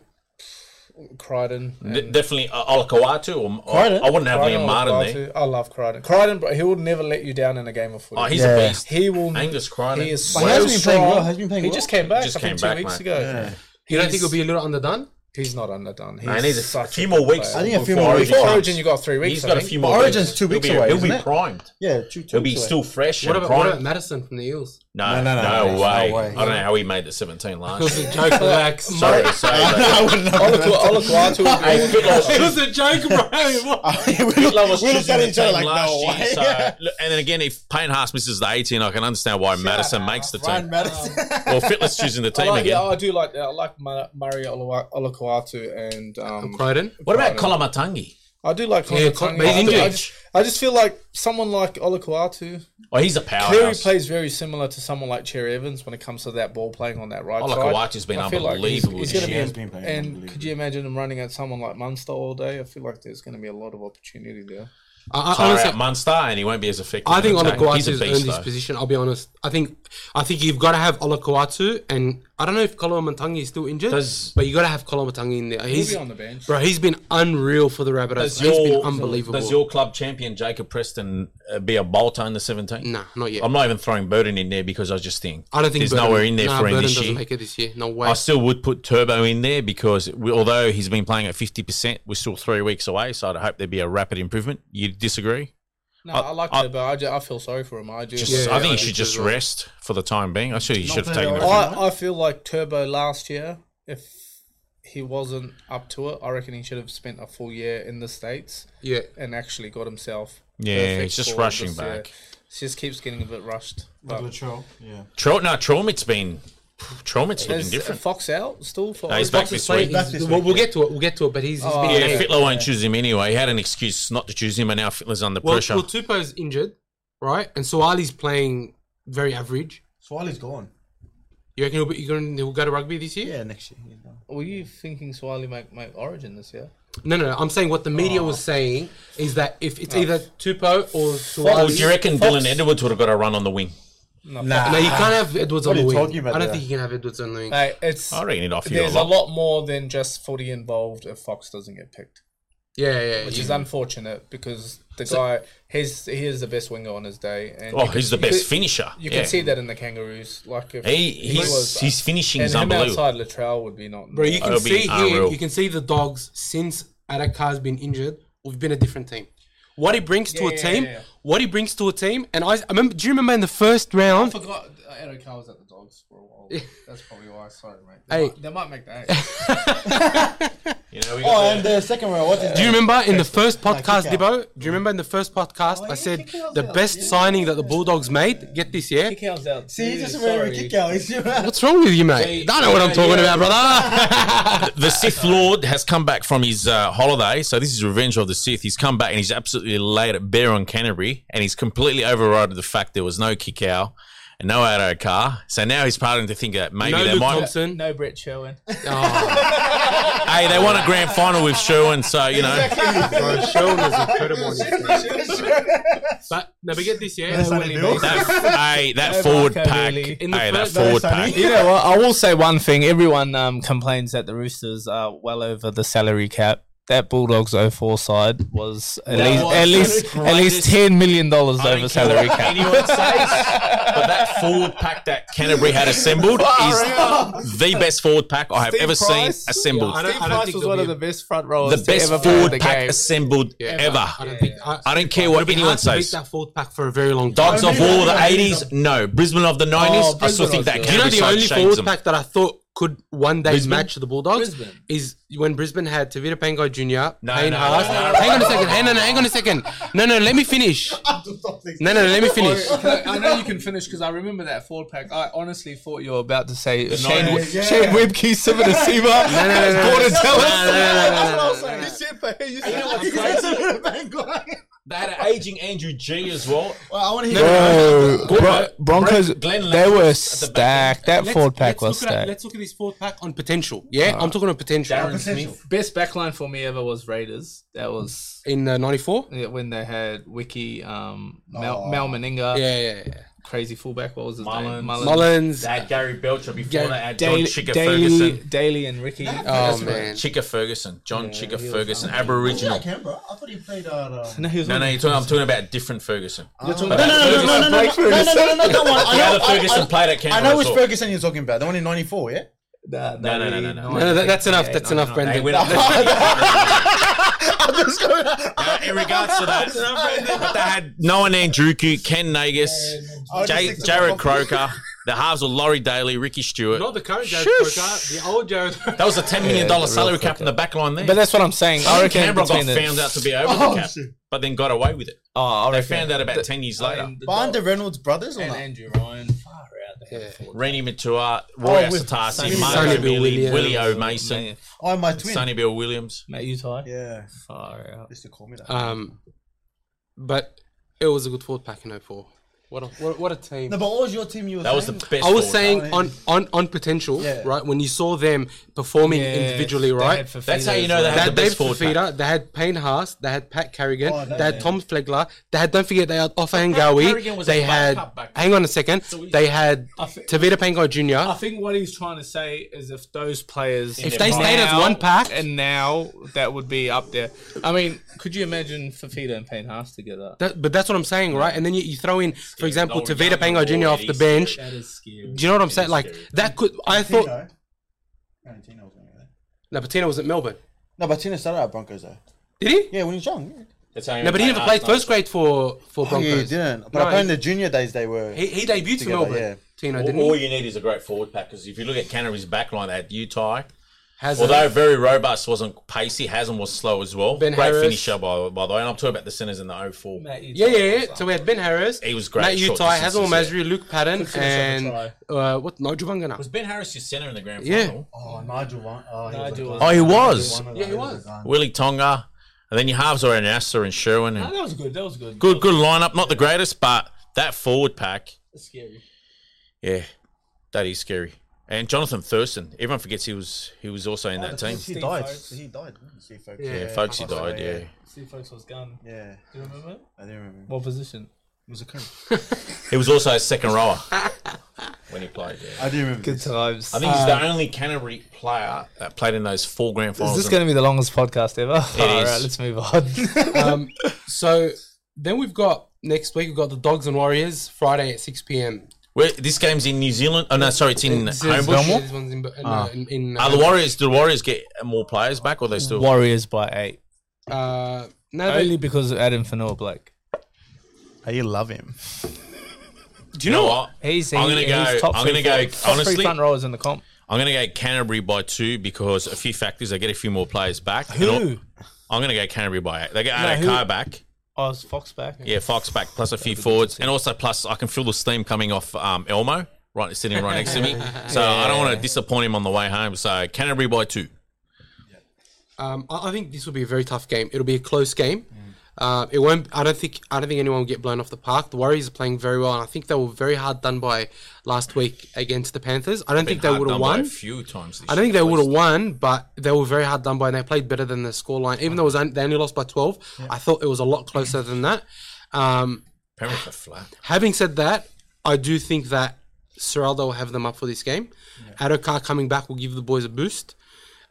Crichton. De- definitely uh, Olakawatu or, or Crichton? I wouldn't have Crichton Liam or Martin there. Crichton. I love Crichton. Crichton, bro, he will never let you down in a game of Oh, football. he's a Yeah. beast. he will. Angus Crichton. He is But he so hasn't been playing strong. well, hasn't been playing he well. just came back. Just I think came two back, weeks mate. ago. Yeah. You don't think he'll be a little underdone? He's not underdone. He's Nah, he needs a such few good more weeks. player. I think a few before more Origin weeks. Before comes. Origin, you got three weeks. He's I got a think. few more. Origin's weeks. two weeks he'll be, away, He'll isn't be it? primed. Yeah, two, two He'll be weeks away. still fresh What and about, what about primed. Madison from the Eels? No, No, no, no, no, no, way. no way. I don't know how he made the 17 It was <laughs> last. a joke, relax. Sorry to say, but <laughs> I wouldn't <laughs> have- hey, Fitlaw's It was a joke, bro. <laughs> we Love was looked, we looked choosing at the each other team like, last no year. way. <laughs> So, <laughs> look, and then again, if Payne Haas misses the 18, I can understand why Madison makes the Ryan team. Madison. Well, Fitler's <laughs> choosing the I team like, again. yeah, I do like that. I like Ma- Murray Oluwa- Olakuatu and um, Croydon. what about Colin? Kalamatangi? I do like Colin. Yeah, Tonga. but he's I, do- I injured. just, I just feel like someone like Olakuatu Oh, he's a Cleary powerhouse. plays very similar to someone like Cherry Evans when it comes to that ball playing on that right side. Olakuatu's been I feel like he's- unbelievable he's this gonna year. be- He's been playing and unbelievable. could you imagine him running at someone like Munster all day? I feel like there's going to be a lot of opportunity there. I, I, Fire out honestly, Munster, and he won't be as effective. I think in attack. Olakuatu's He's a earned beast, his though. position. I'll be honest. I think I think you've got to have Olakuatu, and I don't know if Kolomatangi is still injured, Does- but you got to have Kolomatangi in there. He's He'll be on the bench. bro. He's been unreal for the Rabbitohs. Does He's been your, unbelievable. does your club champion Jacob Preston uh, be a bolter in the 17? nah, not yet. I'm not even throwing Burden in there because I just think Mm. I don't think there's Burden- nowhere in there nah, for him Burden this doesn't year. make it this year. No way. I still would put Turbo in there because we, although he's been playing at 50%, we're still three weeks away. So I'd hope there'd be a rapid improvement. You disagree? No, I, like I- that, but I, ju- I feel sorry for him. I do. Just, Yeah, I think you I do should too just as well. rest for the time being. I should you should have taken playing that. I, I feel like Turbo last year, if he wasn't up to it, I reckon he should have spent a full year in the States yeah. and actually got himself. Yeah, perfect he's just for rushing this year. back. He just keeps getting a bit rushed. But Yeah. Trol, no, Trolmit's been Trolmit's looking is different. Fox out still? For No, he's Origin? back He's this playing- week. That's this he's- we'll, week, we'll get to it. We'll get to it. But he's, he's been Yeah, playing. Fitler won't choose him anyway. He had an excuse not to choose him, and now Fitler's under Well, pressure. well, Tupo's injured, right? And Soali's playing very average. Swally's gone. You reckon he'll, be, he'll go- he'll go to rugby this year? Yeah, next year. he's gone. Were you thinking Swahili make, make Origin this year? No, no, no. I'm saying what the media was saying is that if it's either Tupo or Well, Suwali, do you reckon Dylan Edwards would have got a run on the wing? no, you can't have Edwards on What are the you wing. talking about I don't there? think you can have Edwards on the wing. Like, it's I reckon he'd offer you a there's a lot. lot more than just footy involved if Fox doesn't get picked, yeah, yeah, which yeah. is unfortunate because the guy he's he is the best winger on his day. And Oh, you can- he's the you best could- finisher. You yeah. can see that in the Kangaroos. Like if He, if he's, was- uh, his finishing and is him unbelievable. outside Latrell would be not. Bro, you can That'll be see here. unreal. You can see the dogs since Adakar's been injured. We've been a different team. What he brings to Yeah, a yeah, team, yeah, yeah. what he brings to a team, and I, I remember. Do you remember in the first round? forgot Eric Carr was at the Dogs for a while. That's probably why. Sorry, mate. They, Hey. might, they might make <laughs> that. You know, we got Oh, the- and the second round, what is Do you remember in the first podcast, kick Debo? Do you remember in the first podcast I said kick out the there. best signing that the Bulldogs made? Get this, yeah? Kickout's out. See, too, he's just sorry. remember kick out. He's What's wrong with you, mate? I know what I'm talking about, brother. <laughs> the Sith Lord has come back from his uh, holiday, so this is Revenge of the Sith. He's come back and he's absolutely laid it bare on Canterbury, and he's completely overrided the fact there was no kick out and no Addo car. So now he's starting to think that maybe no they Luke might. Thompson. <laughs> No Brett Sherwin. Oh, Hey, they won a grand final with Sherwin, so you know. bro, Sean is <laughs> incredible. on this. just. But no, but get this, yeah? That's how they do it. That, hey, that No forward Marco pack. Reilly. In the Hey, that first- forward No, Sonny. pack. <laughs> You know what? I will say one thing. Everyone um, complains that the Roosters are well over the salary cap. That Bulldogs 04 side was at was least at least the at least greatest- ten million dollars I over don't care salary what cap. anyone says, <laughs> but that forward pack that Canterbury had assembled is the best forward pack I have Steve ever Price? seen assembled. I don't- I don't think was they'll one be- of the best front rowers. the to best ever play forward the pack game. assembled ever. I don't think. I, I don't care what it'd be anyone hard to beat says. that fourth pack for a very long time. Dogs of Only all the Brisbane eighties? No. Brisbane of the nineties? I still Brisbane think of that the- You know, Canterbury the side only shades forward them. pack that I thought could one day Brisbane? match the Bulldogs Brisbane. is when Brisbane had Tavita Pango Jr., No, Payne no, Haas. no, no, no. hang on a second. Hang on, hang on a second. No, no, let me finish. No, no, let me finish. I know you Oh, can finish because I remember that forward pack. I honestly thought you were about to say Shane, nine- yeah. Shane Webke, Simon <laughs> Asima, No, no, no, no. Gordon No, Tellers. no, no, no, no, no, no. You said that- you said- They had an aging Andrew G as well. I want to hear. Bro, Bro- Broncos, Glenn they Lachlan were at the back stacked. That forward pack was look at, stacked. let's look at this forward pack on potential. Yeah, I'm talking on potential. Darren Smith. Best backline for me ever was Raiders. That was In uh, 94? yeah, when they had Wiki, um, Mal, Mal Meninga, Yeah, yeah, yeah. crazy fullback. What was his Mullins. name? Mullins. Mullins. They had Gary Belcher before Yeah, they had John Daly, Chica Daly, Ferguson. Daly and Ricky. Oh, man. Chica Ferguson. John Chica he was Ferguson. Yeah, I Aboriginal. can, bro. I thought he played out. Uh, No, he was No, on no, the- you're talking, I'm talking about different Ferguson. you're talking But about- that Ferguson- no, no, no, no, no, no, no, no, that one. I The <laughs> know, other Ferguson I, played at I, I Canberra. know which as well. Ferguson you're talking about. The one in '94, yeah. Nah, No, no, no, no, no. No, no, that- that's enough. That's enough, Hey, Brendan. we're not- I'm just going. Uh, in regards to that, but they had Noah Nandruku, Ken Nagus, I'll just J- stick to Jared the- Croker, the halves were Laurie Daly, Ricky Stewart. Not the current Jared Shush. Croker, the old Jared. that was a ten million Yeah, the dollar real salary cap in the back line there. But that's what I'm saying. I I reckon Canberra got between the, found out to be over Oh, the cap, shit. but then got away with it. Oh, I They reckon found out about the- ten years I later. mean, the Behind the Dogs Reynolds brothers or and not? Andrew Ryan, far out there. Yeah. Rennie Matua, Roy Oh, with Asatasi, Sonny Marco Bill Billy, Williams. Willie O. Mason, Oh, my twin. Sonny Bill Williams. Mate, you tired? Yeah, Far out. used to call me that. Um, but it was a good forward pack in 04. What a, what, what a team. no, but what was your team? You were That was the saying? best. I was forward. saying now, on, on, on potential, Yeah. right? When you saw them performing individually, right? That's how you know they that. had That the Dave best forward. pack. Fafita, they had Payne Haas, they had Pat Carrigan, Oh, that- they had Tom Flegler, they had don't forget they had Offa Hengawi, Carrigan was a they black had cup back then. hang on a second, they had think- Tavita Pango I Jr. Oh. think what he's trying to say is if those players, If they stayed as one pack- and now that would be up there. I mean, could you imagine Fafita and Payne Haas together? That- but that's what I'm saying, right? And then you, you throw in, for example, Laurie Tavita Young, Pango Jr. off the Laurie, bench. That is scary. Do you know what I'm saying? Like that could I thought Tino. No, Tino was there. No, Patino was at Melbourne. No, but Tino started at Broncos though. Did he? Yeah, when he was young. Yeah. That's how you No, but he played never last played night. first grade for for Oh, yeah, he Broncos. didn't. But No, apparently, the junior days they were. he, he debuted Together, for Melbourne. yeah. Tino All, didn't. all he? you need is a great forward pack because if you look at Canterbury's back line, they had Utai. Hazard. Although very robust, wasn't pacey. Hasn't was slow as well. Ben great Harris. finisher by, by the way. And I'm talking about the centers in the 04. yeah, yeah, yeah. So we had Ben Harris. He was great Matt short Utai, Hazel distances, Masri, Luke Patton, finisher, and try. uh, what? Nigel Bungana. Was Ben Harris your centre in the grand Yeah. final? Oh, Nigel won. Oh, he Nigel was. was- Oh, he was. one of Yeah, he those. was. Willie Tonga, and then your halves are Anassa and Sherwin. And that was good. That was good. good, good lineup. Not the greatest, but that forward pack, Scary. yeah, that is scary. And Jonathan Thurston. Everyone forgets he was Oh, he was also in that team. He Steve died. Folks. He died. didn't he? Steve Folks. Yeah, Yeah, folks, he passed died. away, yeah, See, folks, was gone. yeah. Yeah, Do you remember? I didn't remember. What position? It was a coach. he was also a second <laughs> rower when he played. Yeah. I didn't remember. Good this. times. I think he's the only Canterbury player that played in those four grand Uh, is finals. this going to be the longest podcast ever? <laughs> All is. right, let's move on. <laughs> <laughs> um, so then we've got next week. We've got the Dogs and Warriors Friday at six p.m. Where, this game's in New Zealand. Oh no, sorry, it's in This is- Homebush. this one's in, in, Ah. in, in, uh, Are the Warriors? Do the Warriors get more players back, or they still? Warriors by eight. uh, no, they- Only because of Adam Fanua Blake. How you love him? Do you know what? He's, I'm gonna he's go. top I'm three gonna go. front- top three Honestly, front rowers in the comp. I'm gonna go Canterbury by two because a few factors. They get a few more players back. And Who? I'm gonna go Canterbury by eight. They get No, Adakar who- back. Oh, it's Fox back. Yeah, Fox back plus a few forwards, and also plus I can feel the steam coming off um, Elmo right sitting right next to <laughs> me. So I don't want to disappoint him on the way home. So Canterbury by two. Um, I, I think this will be a very tough game. It'll be a close game. Uh, it won't. I don't think. I don't think anyone will get blown off the park. The Warriors are playing very well, and I think they were very hard done by last week against the Panthers. I don't think they Hard would have done by won. a few times. This I don't year, think they at would least. have won, but they were very hard done by, and they played better than the scoreline. Even though it was on- they only lost by twelve, I thought it was a lot closer than that. Um, Penrith are flat. Having said that, I do think that Serraldo will have them up for this game. Adokar coming back will give the boys a boost.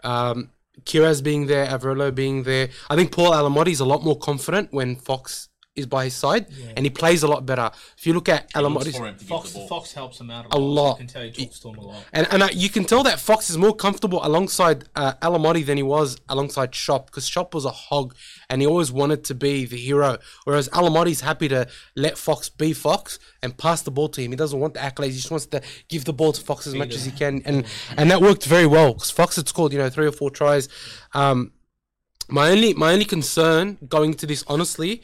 Um, Kiraz being there, Avrilo being there. I think Paul Alamotti is a lot more confident when Fox is by his side, and he plays a lot better. If you look at Alamotti's, Fox, Fox helps him out a lot. lot. You can tell he talks to him a lot. and and uh, you can tell that Fox is more comfortable alongside uh, Alamotti than he was alongside Shop because Shop was a hog and he always wanted to be the hero, whereas Alamotti's happy to let Fox be Fox and pass the ball to him. He doesn't want the accolades; he just wants to give the ball to Fox as much as he can, and and that worked very well because Fox had scored you know three or four tries. Um, my only my only concern going to this honestly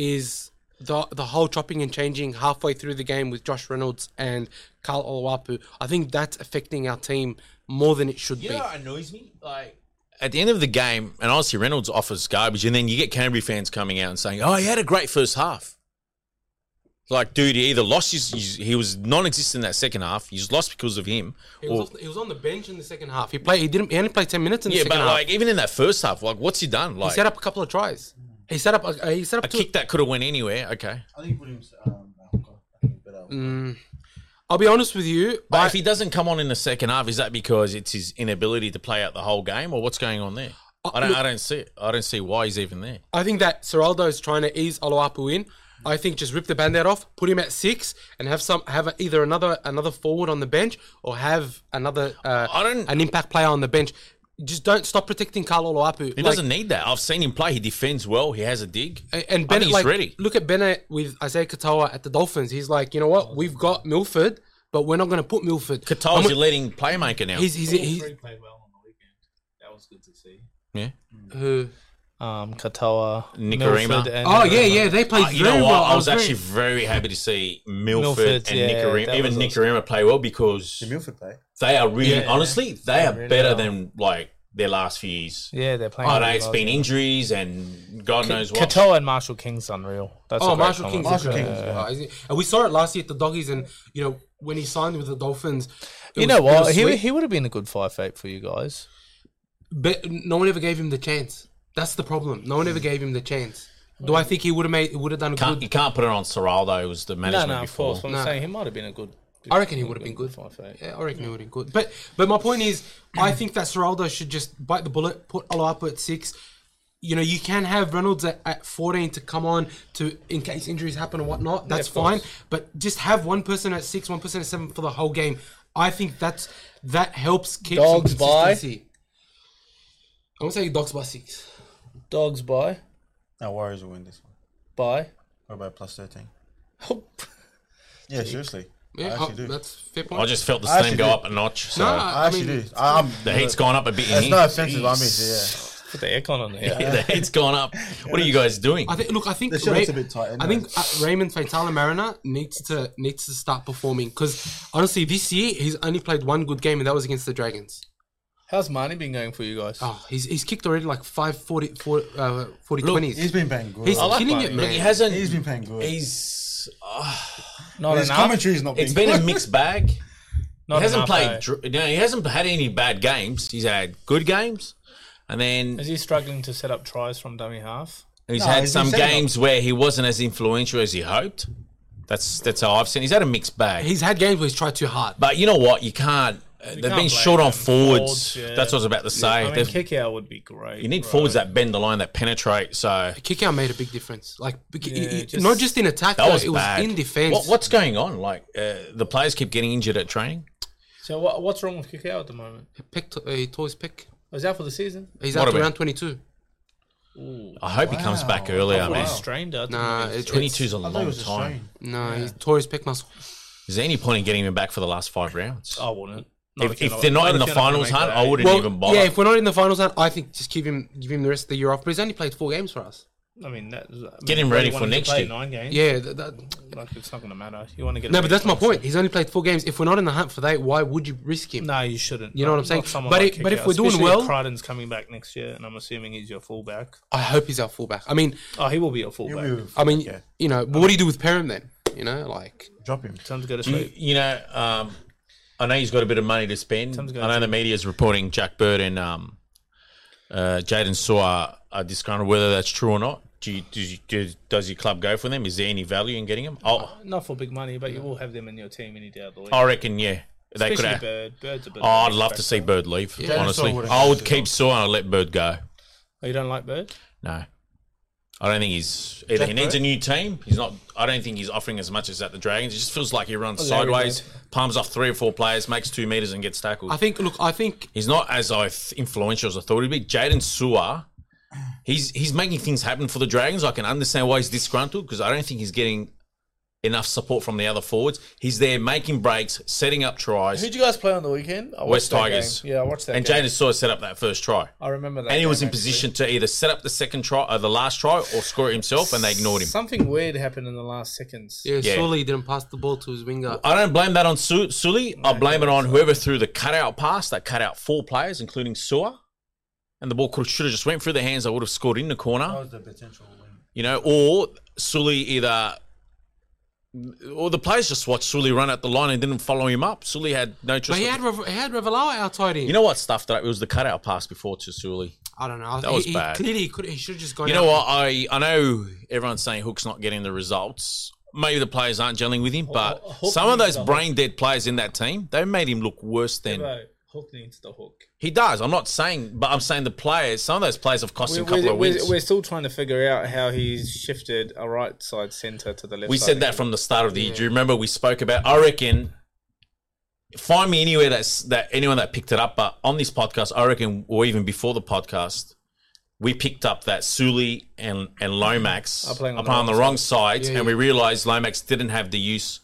is the the whole chopping and changing halfway through the game with Josh Reynolds and Carl Olawapu. I think that's affecting our team more than it should You be. know what annoys me? Like at the end of the game, and obviously Reynolds offers garbage, and then you get Canterbury fans coming out and saying, "Oh, he had a great first half." Like, dude, he either lost his, his he was non-existent in that second half. He's lost because of him. He or- was, off, he was on the bench in the second half. He played. He didn't. He only played ten minutes in the yeah, second but half. like even in that first half, like what's he done? he Like set up a couple of tries. He set up. A, uh, he set up. a two, kick that could have went anywhere. Okay, I think Williams. Um, I think um, better. I'll be honest with you. but I- if he doesn't come on in the second half, is that because it's his inability to play out the whole game, or what's going on there? Uh, I don't, I don't see it. I don't see why he's even there. I think that Seraldo is trying to ease Oluwapu in. I think just rip the band-aid off, put him at six, and have some have either another another forward on the bench or have another uh, I don't- an impact player on the bench. Just don't stop protecting Carlo Apu. He doesn't need that. I've seen him play. He defends well. He has a dig. and I think Bennett, he's like, ready. look at Bennett with Isaiah Katoa at the Dolphins. He's like, you know what? We've got Milford, but we're not going to put Milford. Katoa's I'm- your leading playmaker now. He's he's, All he's, three played well on the weekend. That was good to see. yeah. who? Um, Katoa, Nicarima. Milford and Oh Nicarima. yeah, yeah. They played Uh, you know very what? well. I was very- actually very happy to see Milford, Milford, and yeah, Nicarima, that even was awesome. Nicarima play well because The Milford play. they are really, Yeah. honestly, they are really better are. than like their last few years. yeah, they're playing. I know really it's well. Oh, been injuries and God knows what. Katoa and Marshall King's unreal. That's a Oh, great Marshall King's comment. Marshall a great King as player, isn't he? And we saw it last year at the Doggies, and you know when he signed with the Dolphins. it You was- know it was what? He, sweet, he would have been a good five eight for you guys. but no one ever gave him the chance. That's the problem. No one ever gave him the chance. Do I think he would have made? Would have done Can't, you good? can't put it on Seraldo, who was the No, management no, of before. course. What I'm No. saying, he might have been a good. I reckon he would have been good. Five eight. Yeah, I reckon he would have been good. But but my point is, I think that Seraldo should just bite the bullet, put Olapo at six. You know, you can have Reynolds at, at 14 to come on to in case injuries happen or whatnot. That's of fine. course. But just have one person at six, one person at seven for the whole game. I think that's that helps keep Dogs some by- consistency. I'm gonna say dogs by six. Dogs by Now Warriors will win this one. <laughs> by. What about plus thirteen? Oh, Yeah, seriously. I Yeah, actually I- do. that's fair point. I just felt the I steam actually go do. up a notch. So No, I I actually mean, do. I, I'm the heat's gone up a bit in It's here. no offensive. I mean, yeah. Put the aircon on <laughs> there. the heat's gone <laughs> up. What are you guys doing? I think. Look, I think The shirt's a bit tight, isn't I it? think uh, Raymond Fatala Mariner needs to needs to start performing because honestly, this year he's only played one good game, and that was against the Dragons. How's Marnie been going for you guys? Oh, he's he's kicked already like five forty four uh, forty Look, twenties. He's been playing good. He's I like- killing Barney. it, Look, man. he hasn't. He's been playing good. He's. ah, not his commentary's not. it's been <laughs> good. a mixed bag. Not he hasn't enough, eh? played. dr No, he hasn't had any bad games. He's had good games, and then Is he struggling to set up tries from dummy half? he's No, had he's some been setting games where he wasn't as influential as he hoped. That's that's how I've seen. He's had a mixed bag. He's had games where he's tried too hard. but you know what? You can't. uh they've can't been blame short on them. forwards. Forwards, yeah. That's what I was about to say. I mean, They've- kick out would be great. you need bro. forwards that bend the line, that penetrate. So Kick out made a big difference. Like bec- i- i- just- not just in attack, that though, was it bad. was in defense. What, what's going on? Like uh, the players keep getting injured at training. So what, what's wrong with kick out at the moment? Pick to, uh, he tore his pick. Is that for the season? He's Might out have to been. round twenty two. I hope he comes back earlier, Wow. man. He's strained out. Nah, it's- Twenty two is a <laughs> I thought it long was time. Australian. No, he tore his pec muscle. Is there any point in getting him back for the last five rounds? Oh, I wouldn't. if, if they're not in the finals hunt, I wouldn't even bother. yeah, if we're not in the finals, then I think just give him give him the rest of the year off. But he's only played four games for us. I mean, that, I mean, Get him what, ready you for want him to next play year. Nine games. Yeah, that, that, Like it's not going to matter. You want to get. no, him but ready that's my for point. He's only played four games. If we're not in the hunt for that, why would you risk him? No, you shouldn't. You know what I'm Not saying? someone But like it- but Kick if out, we're doing especially if well- Crichton's coming back next year, and I'm assuming he's your fullback. I hope he's our fullback. I mean, Oh, he will be your He'll fullback. be with- I mean, Yeah. you know, but what do you do with Perham then? You know, like drop him. Time to go to You, sleep. you know, um, I know he's got a bit of money to spend. I Sometimes know the media's reporting Jack Bird and um, uh, Jaden Saw are disgruntled. Whether that's true or not, do you, do you, do, does your club go for them? Is there any value in getting them? Oh, Not for big money, but you will have them in your team any day of the week. I reckon, yeah, Oh, they could Especially have. Bird. Bird's a bit. Oh, I'd love to see Bird leave. Jaden honestly, Saw would've I would gone. keep Saw and I'd let Bird go. Oh, you don't like Bird? No. I don't think he's either he needs a new team. He's not. I don't think he's offering as much as at the Dragons. It just feels like he runs Larry sideways, palms off three or four players, makes two meters, and gets tackled. I think. Look, I think. He's not as I th- influential as I thought he'd be. Jaden Sewer, he's he's making things happen for the Dragons. I can understand why he's disgruntled because I don't think he's getting enough support from the other forwards. He's there making breaks, setting up tries, Who'd you guys play on the weekend? I watched West that Tigers. game. Yeah, I watched that. and game. Jaden Sewer set up that first try. I remember that. And he game, was in actually. position to either set up the second try or the last try or score it himself, and they ignored him. Something weird happened in the last seconds. Yeah, Yeah. surely he didn't pass the ball to his winger. I don't blame that on Su- Sully. I blame it on whoever threw the cutout pass that cut out four players, including Sewer. And the ball could should have just went through their hands. I would have scored in the corner. Oh. That was the potential win. you know, or Sully either, or the players just watched Sully run at the line and didn't follow him up. Sully had no But choice. he but had to- Rev- he had Revelawa outside him. you know what stuff that it was the cutout pass before to Sully. I don't know. That he, was he bad. Clearly, he could. He should have just gone. You know what? out. I I know everyone's saying Hook's not getting the results. Maybe the players aren't gelling with him, but Oh, Hook some of needs those a hook. brain dead players in that team, they made him look worse than Right. Hook needs the hook. He does. I'm not saying, but I'm saying the players. Some of those players have cost We're, him a couple we're- of wins. we're still trying to figure out how he's shifted a right side centre to the left. we side said again. that from the start of the year. Do you remember we spoke about? I reckon. Find me anywhere that's that anyone that picked it up, but on this podcast, I reckon, or even before the podcast, we picked up that Suli and and Lomax Are playing on the upon the wrong wrong sides, Yeah, and we realised Lomax didn't have the use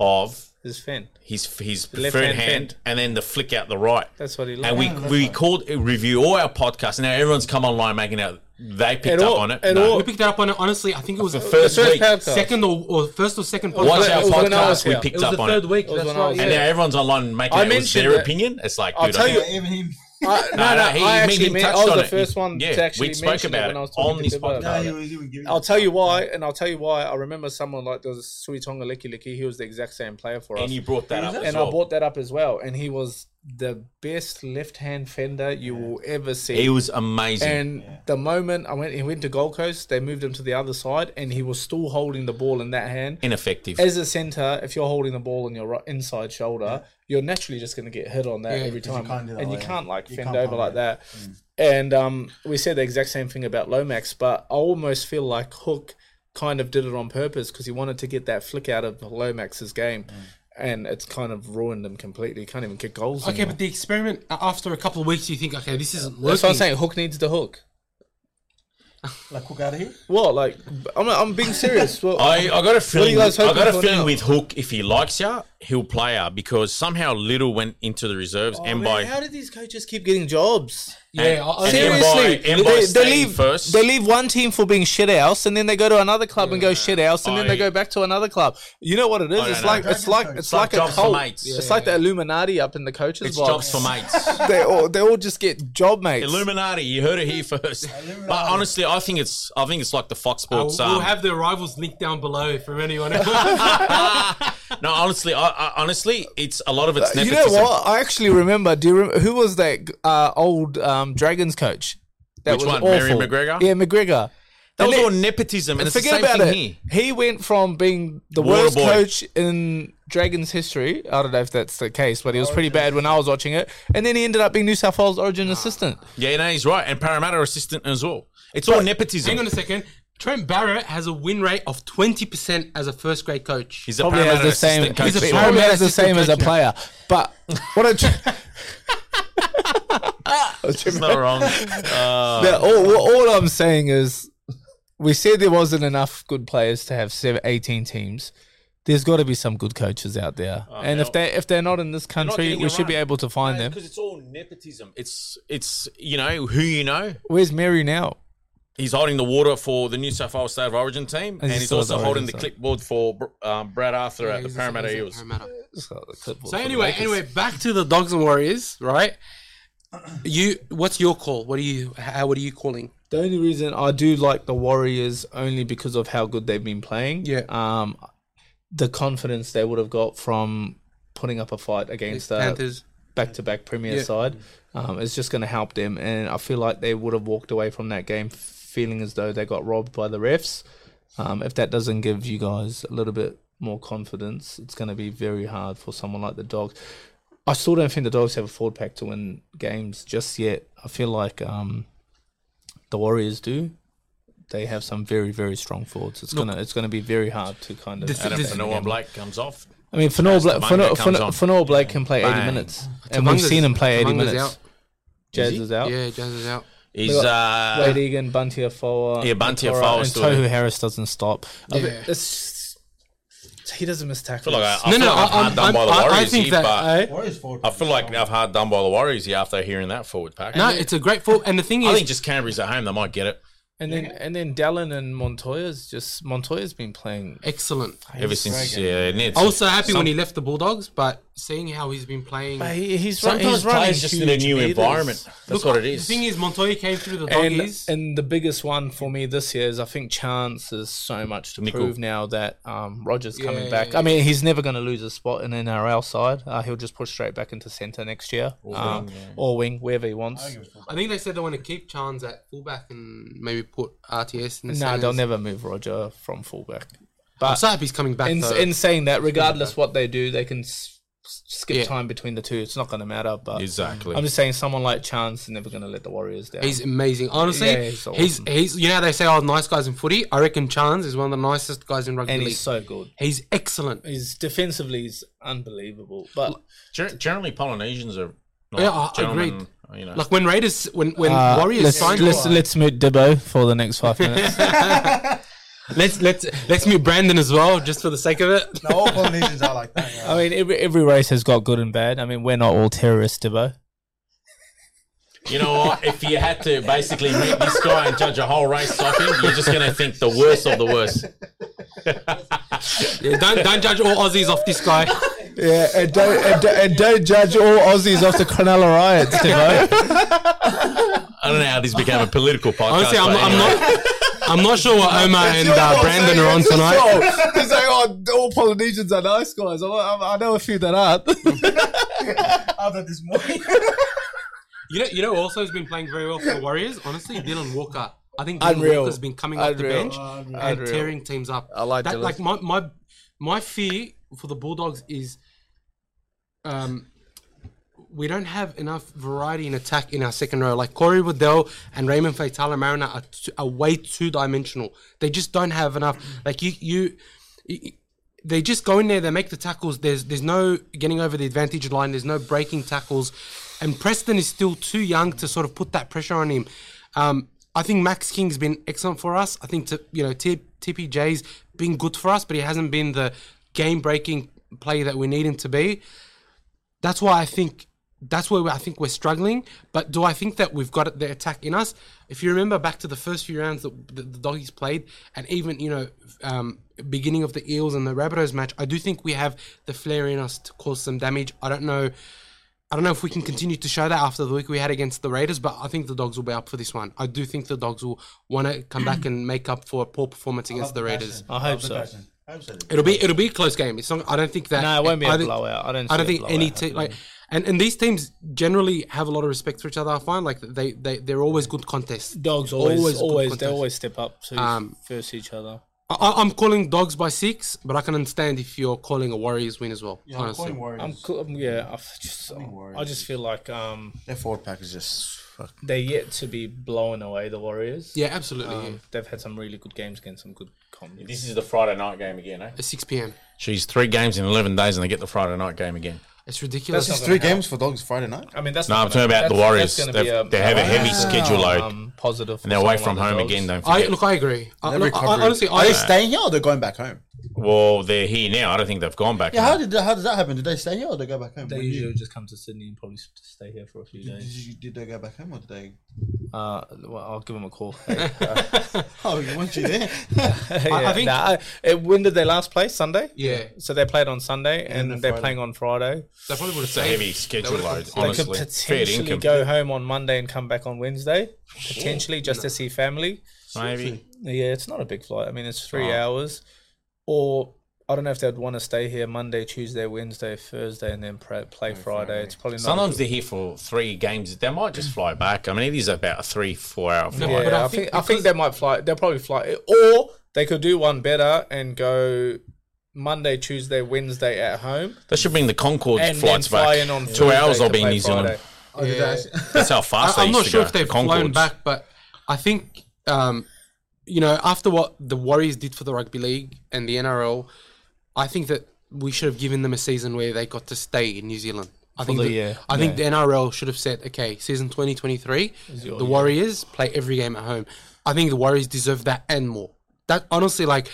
of His fin. his his left preferred hand, hand bend. and then the flick out the right. That's what he and looked. we we called review all our podcasts. Now everyone's come online making out they picked At up all- on it. at all. We picked it up on it. Honestly, I think it was the first First week. podcast. second or, or first or second podcast. Once it our was when I was podcast, we here. picked It was up the on it. third week. was That's when I was right. And yeah. now everyone's online making I it was mentioned their that- opinion. It's like, I'll dude, tell I you- think- Even him. I, no, No, no, no, he- I me and actually him meant, I touched was on the it. first one Yeah, to actually we spoke mention about it when it I was on talking this to podcast. Bird. No, he was even giving I'll tell you why, and I'll tell you why. I remember someone like there was Suitonga Liki Liki. He was the exact same player for us, and you brought that up. as and I well. bought that up as well. And he was the best left-hand fender you will ever see. He was amazing. and the moment I went, he went to Gold Coast. They moved him to the other side, and he was still holding the ball in that hand. Ineffective. As a center, if you're holding the ball on your right, inside shoulder, you're naturally just going to get hit on that Yeah, every 'cause you time, can't do that and you way. can't like You fend can't over palm like it. that. And um, we said the exact same thing about Lomax, but I almost feel like Hook kind of did it on purpose because he wanted to get that flick out of Lomax's game, and it's kind of ruined him completely. He can't even kick goals. Okay, anymore. but the experiment uh, after a couple of weeks, you think, okay, this isn't working. that's what I'm saying. Hook needs the hook. Like, cook out of here. What? Like, I'm, I'm being serious. Well, I, I got a feeling. I guys hoping got a for feeling now? with Hook, if he likes you, he'll play her because somehow Little went into the reserves Oh, and man, by how do these coaches keep getting jobs? Yeah, I, I, And Embiid- Seriously, Embiid they, they staying leave first. They leave one team for being shit house, and then they go to another club and go shit house, and then I- they go back to another club. You know what it is? I It's don't like know. it's like it's like, like a jobs for cult. mates. It's like the Illuminati up in the coaches it's jobs box. for mates. <laughs> they all they all just get job mates. Illuminati, you heard it here first. But honestly, I think it's I think it's like the Fox we'll, Sports. we'll um, have the rivals link down below for <laughs> anyone else. no, honestly, I, I, honestly, it's a lot of it's you nepotism. know what? I actually remember. Do you remember who was that uh, old um, Dragons coach? That Which one? Mary McGregor? Yeah, McGregor. That was And all it- nepotism, and it's the Forget same about thing it. here. He went from being the Water worst boy. coach in Dragons history. I don't know if that's the case, but he was pretty bad when I was watching it. And then he ended up being New South Wales Origin assistant. Yeah, no, he's right, and Parramatta assistant as well. It's all nepotism. Hang on a second. Trent Barrett has a win rate of 20% as a first grade coach. he's a Probably Parramatta has the same. assistant coach. he's a as well. Probably Parramatta has the same as a assistant coach player. But what a. <laughs> It's not wrong. <laughs> Uh, But all, well, all I'm saying is, we said there wasn't enough good players to have seven, 18 teams. There's got to be some good coaches out there, Oh, and if they if they're not in this country, getting we a should be run. able to find them. because it's all nepotism. It's it's you know who you know. Where's Mary now? He's holding the water for the New South Wales State of Origin team, and he he's still also at the holding Origin the side? clipboard for um, Brad Arthur at the He's a- Parramatta he's a Eels. Parramatta. So So anyway, anyway, back to the dogs and warriors, right? You, what's your call? What are you? How? What are you calling? The only reason I do like the Warriors only because of how good they've been playing. Yeah. Um, the confidence they would have got from putting up a fight against uh, a Panthers. back-to-back Premier Yeah. side, um, is just going to help them. And I feel like they would have walked away from that game feeling as though they got robbed by the refs. Um, if that doesn't give you guys a little bit more confidence, it's going to be very hard for someone like the Dogs. I still don't think the Dogs have a forward pack to win games just yet. I feel like um, the Warriors do. They have some very very strong forwards. It's gonna it's gonna be very hard to kind of. The thing- Adam This- Fanua Blake comes off. I mean, Fanor Blake, Tabanga Fanor, comes Fanor, on. Fanor Blake can play eighty Bang. minutes, and we've Tabanga's- seen him play eighty Tabanga's minutes. out. Jazz is, out. Yeah, Jazz is out. He's Wade uh, Egan, Bunty Afoa, Yeah, Bunty Nakora, Afoa's and still Tohu there. Harris doesn't stop. I mean, Yeah. it's- he doesn't miss I feel tackles. like I, I No, feel no, like I, I'm hard I'm, done I'm, by the I, I Warriors think here, that. but I, Warriors forward. I feel like I've hard done by the Warriors here after hearing that forward pack. no, it's a great fall, and the thing I is, think just Canterbury's at home, they might get it. and then and then Dallin and Montoya's just Montoya's been playing. excellent. Ever since, yeah, and it's- I was so happy when he left the Bulldogs, but seeing how he's been playing. But he, he's run- sometimes he's running players just in a huge new meters. environment. That's what it is. The thing is, Montoya came through the And, doggies. and the biggest one for me this year is I think Chance is so much to Nickel. prove now that um, Rogers coming Yeah, back. yeah, I mean, he's never going to lose a spot in NRL side. Uh, he'll just push straight back into centre next year or, um, wing, or wing, wherever he wants. I think they said they want to keep Chance at fullback and maybe put RTS. in the No, they'll centres. never move Roger from fullback. I'm so happy he's coming back. In, though. in saying that, regardless what they do, they can s- skip Yeah. time between the two. It's not going to matter. But Exactly. I'm just saying, someone like Chance is never going to let the Warriors down. He's amazing. Honestly, Yeah, he's he's, awesome. he's you know how they say oh nice guys in footy. I reckon Chance is one of the nicest guys in rugby and league. he's so good. he's excellent. He's defensively, he's unbelievable. But Gen- generally, Polynesians are not Yeah, I- I gentlemen. You know, Like when Raiders when when Warriors Uh, let's, signed let's let's mute Debo for the next five <laughs> minutes. let's let's let's meet Brandon as well just for the sake of <laughs> it. No, all Polynesians are like that. Yeah. I mean, every every race has got good and bad. I mean, we're not all terrorists, Debo. you know what? If you had to basically meet this guy and judge a whole race off him, you're just going to think the worst of the worst. Yeah, don't don't judge all Aussies off this guy. Yeah, and don't and, don't judge all Aussies off the Cronulla riots, Debo. I <laughs> don't know how this became a political podcast. Honestly, I'm, but I'm anyway. not. I'm not sure what Omar and uh, Brandon are on tonight. He's like, oh, all Polynesians are nice guys. I, I, I know a few that <laughs> aren't. After this morning. You know, you know, also has been playing very well for the Warriors. Honestly, Dylan Walker. I think Dylan Unreal. Walker's been coming off the Unreal. bench and Unreal. tearing teams up. I like that. Dylan. Like my my my fear for the Bulldogs is, um, we don't have enough variety in attack in our second row. Like Corey Waddell and Raymond Fatala Mariner are, t- are way two dimensional. They just don't have enough. Like you you. you they just go in there. They make the tackles. There's there's no getting over the advantage line. There's no breaking tackles, and Preston is still too young to sort of put that pressure on him. Um, I think Max King's been excellent for us. I think to, you know T- TPJ's been good for us, but he hasn't been the game breaking player that we need him to be. That's why I think that's where I think we're struggling. But do I think that we've got the attack in us? If you remember back to the first few rounds that the, the doggies played, and even you know um, beginning of the Eels and the Rabbitohs match, I do think we have the flair in us to cause some damage. I don't know. I don't know if we can continue to show that after the week we had against the Raiders, but I think the dogs will be up for this one. I do think the dogs will want to come back and make up for a poor performance against the Raiders. I hope so. Absolutely. It'll be it'll be a close game. It's not. I don't think that. No, it won't be a I don't- blowout. I don't. I don't see a think any blowout team like, and, and these teams generally have a lot of respect for each other. I find like they they they're always good contests. dogs always- always always, good they contest. always step up to Um, first each other. I- I, I'm calling dogs by six, but I can understand if you're calling a Warriors win as well. Yeah, I'm honestly, calling Warriors. I'm, cl- um, yeah, I've just, worried. I just feel like um, Their forward pack is just fuck. they're yet to be blown away. The Warriors. yeah, absolutely. yeah. Um, they've had some really good games against some good comms. This is the Friday night game again, eh? At six p.m. She's three games in 11 days and they get the Friday night game again. It's ridiculous. It's three games for dogs Friday night. I mean, that's No, not I'm talking gonna- about the that's- Warriors. that's They've, gonna be a- they have a heavy Wow. schedule load. Um, positive. for and they're away from someone home like the again, Dogs. don't I forget. look. I agree. I, They're look, I, I recovering. honestly, are I, they staying here or they're going back home? well, they're here now. I don't think they've gone back. Yeah, how did that, how does that happen? Did they stay here or they go back home? They When you- usually just come to Sydney and probably s- stay here for a few did, days. you, did they go back home or did they? Uh, well, I'll give them a <laughs> call. <laughs> Oh, you weren't you there? I <laughs> Yeah, think- nah, I- uh, when did they last play? Sunday. Yeah. So they played on Sunday, and, then they're Friday. playing on Friday. they probably would have It's a stayed. heavy schedule load, they honestly. could Fair potentially income. go home on Monday and come back on Wednesday, potentially just to see family. Maybe. Yeah, it's not a big flight. I mean, it's three hours, or I don't know if they'd want to stay here Monday, Tuesday, Wednesday, Thursday, and then pra- play Friday. It's probably not. Sometimes they're here for three games. They might just fly back. I mean, it is about a three, four hour flight. yeah, but I I, think think, I think they might fly. They'll probably fly, or they could do one better and go Monday, Tuesday, Wednesday at home, They should bring the Concorde and flights then fly back. in on Two hours, Thursday I'll to be in play New Zealand. Friday. Oh, did they actually- That's how fast I, they I'm used not to sure go. if they've flown Concords. back, but I think um, you know after what the Warriors did for the rugby league and the NRL, I think that we should have given them a season where they got to stay in New Zealand. I think the that- year, I think the NRL should have said, okay, season 2023, the Warriors play every game at home. I think the Warriors deserve that and more. That honestly, like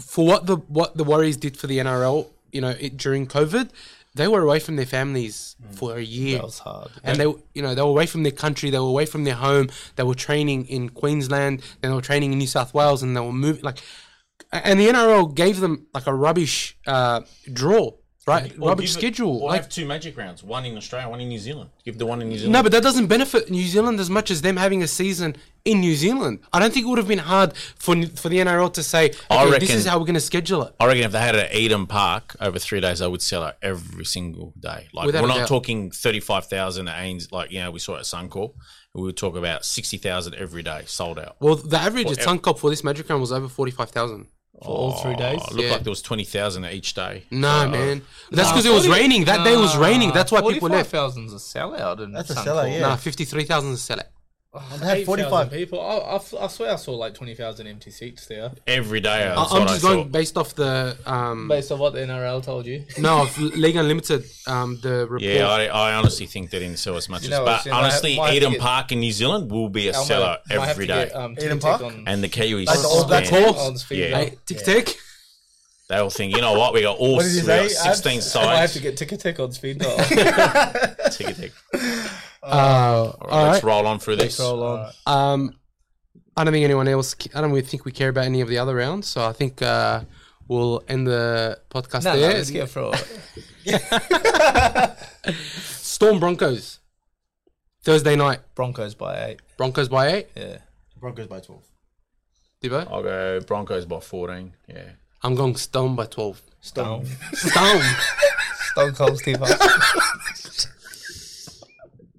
for what the what the Warriors did for the NRL, you know, it, during COVID, they were away from their families for a year. Mm. That was hard. And they, you know, they were away from their country. They were away from their home. They were training in Queensland. Then they were training in New South Wales, and they were moving like. And the NRL gave them like a rubbish uh, draw, right? rubbish give it- schedule. Or like, have two magic rounds, one in Australia, one in New Zealand. Give the one in New Zealand. no, but that doesn't benefit New Zealand as much as them having a season in New Zealand. I don't think it would have been hard for for the NRL to say, I okay, this reckon- is how we're going to schedule it. I reckon if they had it at Eden Park over three days, they would sell out every single day. Like Without we're a not doubt. talking thirty-five thousand at Ains, like you know we saw at Suncorp. We would talk about sixty thousand every day sold out. Well, the average at Suncorp for this Magic Round was over forty five thousand. for all three days. Oh, It looked Yeah. like there was twenty thousand each day. No, man. That's because it was raining. That day was raining. That's why people left. Thousands a sellout. <laughs> In That's a some sellout, form. yeah. Nah, 53,000 is sell it. Oh, They had 45. 8,000 people. I, I f- I swear I saw like 20,000 empty seats there. Every day. That's I'm what just I going thought. based off the. Um, Based on what the NRL told you. no, of League Unlimited, um, the report. Yeah, I, I honestly think they didn't sell as much You as. know, But so I- honestly, might have to Eden get- Park in New Zealand will be a I might- sellout might have every to day, Get, um, Eden Tic-Tac Park? on- and the Kiwis. That's all- stand. that's all- on speed Yeah. dial. Hey, tic tac. They'll think, you know what? We got all What did you we got say? sixteen Abs- <laughs> I might have sides. to get tick tick on speed <laughs> dial. Tick a <laughs> tick. Uh, all All right, right. let's roll on through this. Roll on. Um, I don't think anyone else. ca- I don't really think we care about any of the other rounds. So I think uh, we'll end the podcast No, no, there. let's get for it. Storm Broncos. Thursday night. Broncos by eight. Broncos by eight. Yeah. Broncos by 12. Debo. I'll go Broncos by fourteen. Yeah. I'm going Storm by twelve. Stone. Storm. <laughs> Stone Cold Steve Austin.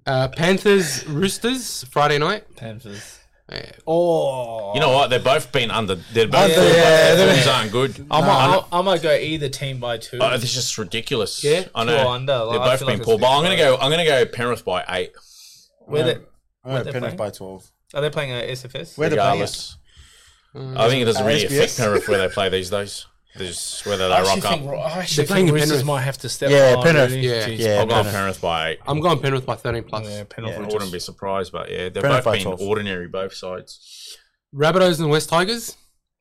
uh, Panthers Roosters Friday night. <laughs> Panthers. Yeah. Oh. You know what? They've both been under. They're both. Under- yeah, Yeah, they're- aren't good. I might, I, I might go either team by two. Oh, this is just ridiculous. Yeah, I two know. or under, like, They're I both feel been like poor, it's but I'm gonna big, go. I'm gonna go Penrith by eight, Where No. they, I'm they're Penrith by playing? 12. are they playing uh, at SFS? Where the regardless. I think it doesn't Uh, really SBS? affect Penrith where they play these days. There's whether I they actually rock think, up. Ro- I They're actually think playing in Roosters Penrith. might have to step Yeah, up, Penrith, really. yeah. Jeez, Yeah, I'll go Penrith. Penrith by eight. I'm going Penrith by 13 plus. Yeah, Penrith Yeah. I will wouldn't be surprised, but yeah, they've Penrith both by been 12. ordinary, both sides. Rabbitohs and West Tigers.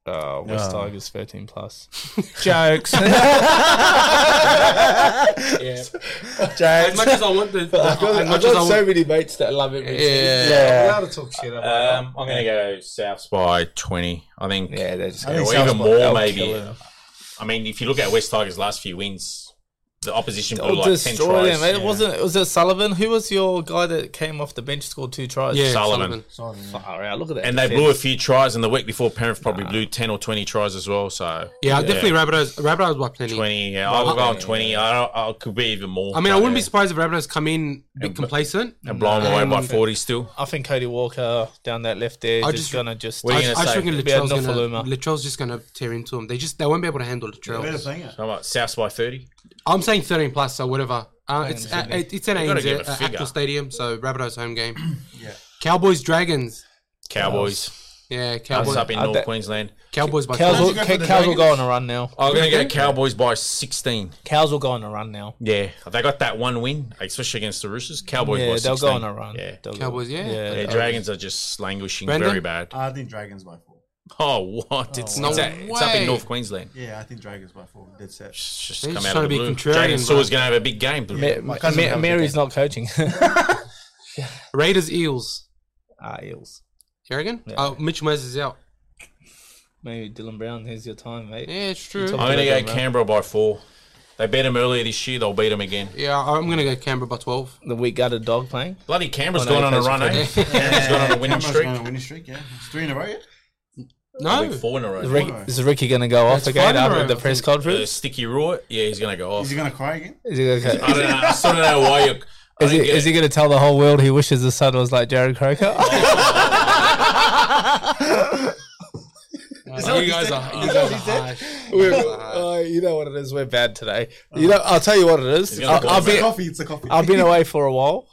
Oh, West Yeah. Tigers <laughs> 13 plus. <laughs> Jokes. <laughs> yeah. <laughs> As much as I want the, as much as I want, many mates that love it. yeah. We Yeah. ought to talk shit about Um, I'm going to go Souths by 20. I think, Uh, Yeah, they're just I or think even Souths by- more, they'll maybe. kill them. I mean, if you look at West Tigers' last few wins, the opposition blew They'll like 10 destroy tries. them. It wasn't. Was it Sullivan? Who was your guy that came off the bench scored two tries? Yeah, Sullivan. Sorry. Far out. Look at that. And they defense. blew a few tries, and the week before, Penrith probably blew 10 or 20 tries as well. So, Yeah, definitely Rabbitohs. Rabbitohs by plenty. 20. Yeah, I'll go on 20. I, don't, I could be even more. I mean, I wouldn't be but, uh, surprised if Rabbitohs come in a bit complacent. yeah, And blow them away by 40 still. I think Cody Walker down that left there I just, just- gonna just. What are I, you I gonna just say? reckon It'd be Latrell's enough for gonna Luma. Latrell's just gonna tear into them. They just they won't be able to handle Latrell. Better playing it. How about Souths by 30? I'm saying 13 plus, so whatever. Uh, it's uh, it, it's an You gotta give ANZ a uh, figure. Actor Stadium, so Rabbitohs home game. Yeah. Cowboys Dragons. Cowboys. Yeah, That's Cowboys. up in I North bet- Queensland. Cowboys by Cows will, How'd you go for the cows will go Dragons? on a run now. I'm going to go Cowboys by 16. Cows Oh, will go on a run now. Yeah, they got that one win, especially against the Roosters. Cowboys, Yeah, by they'll 16. go on a run. Yeah, They'll go- Cowboys, yeah. yeah Yeah. Dragons are just languishing Brendan? very bad. I think Dragons by 4. Oh, what? It's, wow. it's, No at- it's up way. in North Queensland. Yeah, I think Dragons by 4. Dead set. It's just They're come just out trying of to the be blue. contrarian, Jaden bro. Sewer's going to have a big game. Ma- my Ma- cousin Ma- has a Mary's game. not coaching. <laughs> Raiders Eels. ah, Eels. You reckon? Yeah. Oh, Mitch Moses is out. Maybe Dylan Brown. Here's your time, mate. Yeah, it's true. I'm going to Mary's- go Canberra by four. They beat them earlier this year. They'll beat them again. Yeah, I'm gonna go Canberra by 12. The weak gutted dog playing. Bloody Canberra's Oh, no, gone on a that's run, eh? Canberra's gone on a winning Canberra's streak. going on a winning streak, yeah. It's three in a row, yeah? I <laughs> No, think Four in a row. Is, Rick, is Ricky going to go off That's again fine, after bro. the press Uh, conference? sticky Roy, yeah, he's going to go Is off. he going to cry again? Is he going I to? don't know. I still don't know why you're. I Is he, don't get is it. he going to tell the whole world he wishes his son was like <laughs> Jared Croker? Uh, you guys are you guys are harsh. <laughs> We're- uh, you know what it is. We're bad today. You know, I'll tell you what it is. Uh-huh. He's gonna I- call I've him It's a been, coffee, it's a coffee. I've been away for a while.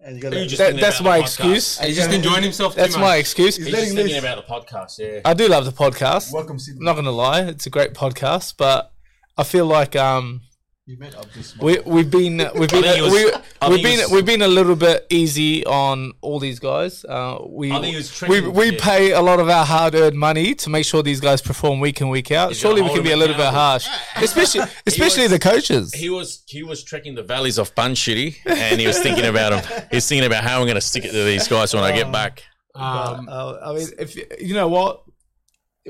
And you got Who to just That, thinking that's about my the podcast? excuse. He's just enjoying himself. Too That's much. my excuse. He's He's just letting thinking loose. about the podcast, yeah. I do love the podcast. Welcome, Sydney. I'm not gonna lie, it's a great podcast, but I feel like um You met up this we we've been uh, we've been think it was- we, I we've think it been was- we've been a little bit easy on all these guys. Uh, we I think it was we tricky, we yeah. pay a lot of our hard earned money to make sure these guys perform week in week out. Surely we hold can be a them little bit harsh, <laughs> <laughs> especially especially was- the coaches. He was he was trekking the valleys of Bun Shitty, and he was thinking about him. He's thinking about how I'm going to stick it to these guys when I Oh. get back. Um, Uh, I mean, if you know what,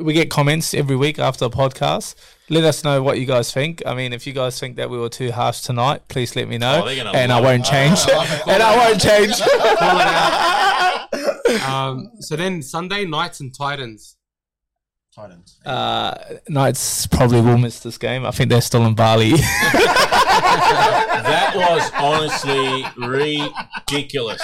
we get comments every week after the podcast. Let us know what you guys think. I mean, if you guys think that we were too harsh tonight, please let me know, Oh, they're gonna and I love <laughs> won't change. and I won't change. um, so then Sunday Knights and Titans. Titans. uh, Knights probably will miss this game. I think they're still in Bali. <laughs> That was honestly ridiculous.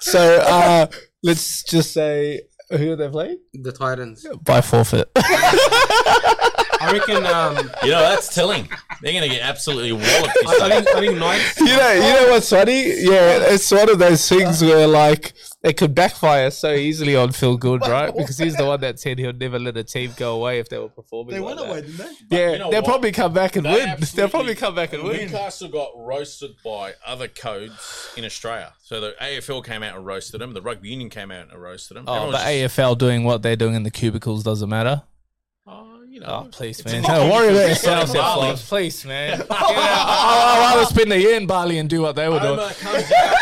so uh, let's just say Who are they playing? the Titans. By forfeit. I reckon. Um, You know, that's telling. They're going to get absolutely walloped this I day. think I think Knights. <laughs> You know, you know what's funny? Yeah, it's one of those things where like it could backfire so easily on Phil Good, right? Because he's the one that said he'll never let a team go away if they were performing. They like went that. away, didn't they? Yeah, you know they'll what? probably come back and They win. <laughs> They'll absolutely- probably come back and win. Newcastle got roasted by other codes in Australia. So the AFL came out and roasted them. The Rugby Union came out and roasted them. Oh, Everyone the was just- AFL doing what they're doing in the cubicles doesn't matter. Oh, you know. Oh, please, man. not- Don't worry about it's yourself, not Bali. Flowers. Please, <laughs> man. Get out. I'll, I'll rather spend a year in Bali and do what they were doing. Homer comes <laughs> out.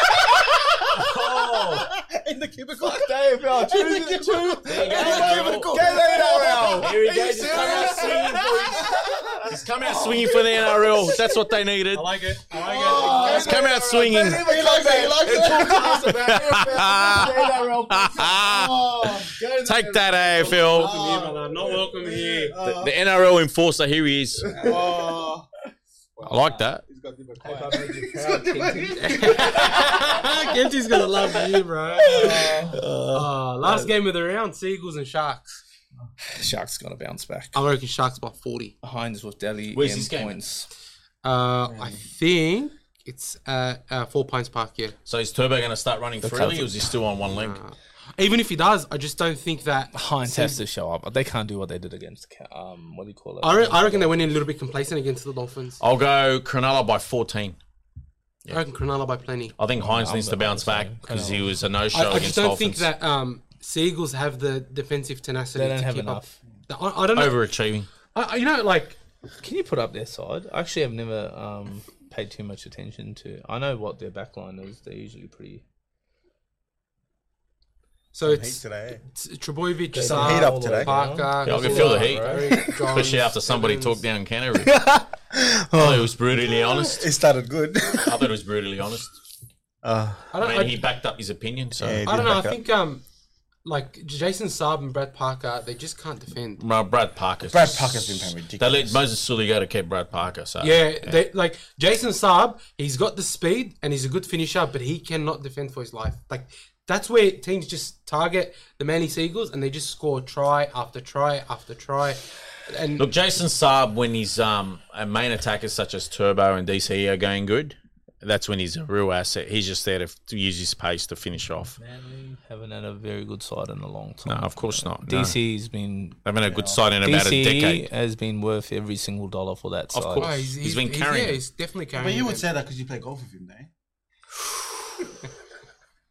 Oh, In <laughs> the cubicle. AFL, <laughs> there you go, Joel. oh, Here he goes. He's come out swinging, boys. He's come out swinging for the NRL. That's what they <laughs> needed. like it. Oh I like He's come out swinging. <laughs> Oh, Take that, AFL. it. But, uh, not Oh. welcome <laughs> here. <laughs> The, the NRL enforcer, here he is. Oh. I like that. Genty's gonna love you, bro. Oh. Uh, last game of the round: Seagulls and Sharks. Sharks gonna bounce back. I reckon Sharks by forty. Hines with Delhi Where's in this game? points. Uh, I think it's uh, uh Four Pines Park here. So is Turbo going to start running freely, or is he still on one leg? Even if he does, I just don't think that. Hines has to show up. They can't do what they did against Ca- um what do you call it? I, re- I reckon they went in a little bit complacent against the Dolphins. I'll go Cronulla by 14. I reckon Cronulla by plenty. I think Hines needs to bounce back because he was a no-show I, I just against don't Dolphins. think that um, Seagulls have the defensive tenacity. They don't to have keep enough. Up. I, I don't know. Overachieving. I, I- you know, like Can you put up their side? I actually have never um paid too much attention to. I know what their back line is. They're usually pretty so it's, today. it's Trebojevic, Some heat up Saar, today. Parker. Yeah, I can Gasol, feel the heat. Eric Johns, <laughs> Especially after somebody Evans. talked down <laughs> Canterbury. oh, it was brutally honest. It started good. I thought it was brutally honest. Uh, <laughs> I don't, I I, mean, he backed up his opinion, so Yeah, he I did don't know. I back up. think um, like Jason Saab and Brad Parker, they just can't defend. Well, Brad Parker. Brad Parker's been playing They ridiculous. let Moses Sully go to keep Brad Parker. So Yeah, They, like Jason Saab, he's got the speed and he's a good finisher, but he cannot defend for his life. Like that's where teams just target the Manly Seagulls and they just score try after try after try. And Look, Jason Saab, when his um, uh, main attackers such as Turbo and DC are going good, that's when he's a real asset. He's just there to, f- to use his pace to finish off. Manly haven't had a very good side in a long No, time. of course not. No. DC has been They've been a good side in about a DC decade. has been worth every single dollar for that side. Of course. Oh, He's been carrying yeah, it. he's definitely carrying. But you would it. say that because you play golf with him, eh?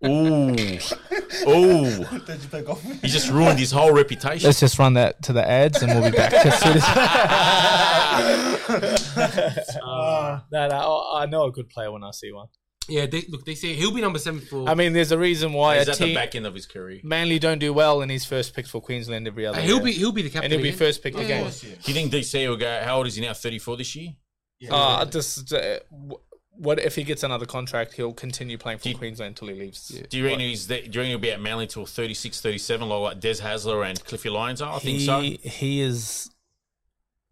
Ooh. Ooh. Did you play golf with him? He just ruined his whole reputation. Let's just run that to the ads and we'll be <laughs> back. As soon as- Uh, no, no, I I know a good player when I see one. yeah. They, look, they say he'll be number seven for. I mean, there's a reason why He's a at the team back end of his career. Manly don't do well and he's first picked for Queensland every other Uh, he'll year. be he'll be the captain. and he'll be again. first picked again. Do you think DC will go? How old is he now? Thirty-four this year. Ah, just uh, wh- what if he gets another contract? He'll continue playing for Do you- Queensland till he leaves. Do you reckon he's? The, do you reckon he'll be at Manly till 36, 37, like what Des Hasler and Cliffy Lyons are? I think so. He he is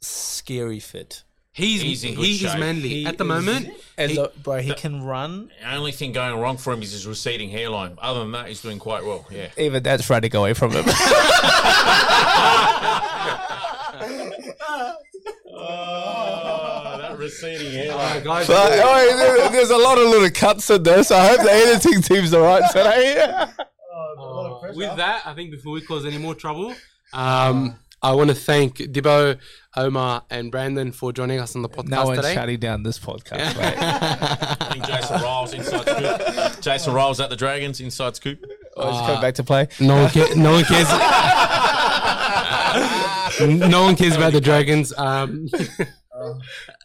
scary fit. He's He's in good he is shape. manly He at the is- moment. As He- a, bro, he can run. The only thing going wrong for him is his receding hairline. Other than that, he's doing quite well. Yeah. <laughs> Even that's right to go away from him. Oh, that receding hairline. Uh, guys, But oh, there- there's a lot of little cuts in there, so I hope <laughs> the editing team's all right today. Uh, with that, I think before we cause any more trouble, um, I want to thank Dibbo, Omar, and Brandon for joining us on the podcast No one's today. shutting down this <laughs> podcast, right? I think Jason Riles inside scoop. Jason Riles at the Dragons inside scoop. Let's go back to <laughs> play. No one, ca- no one <laughs> cares. no one cares about the Dragons. Um,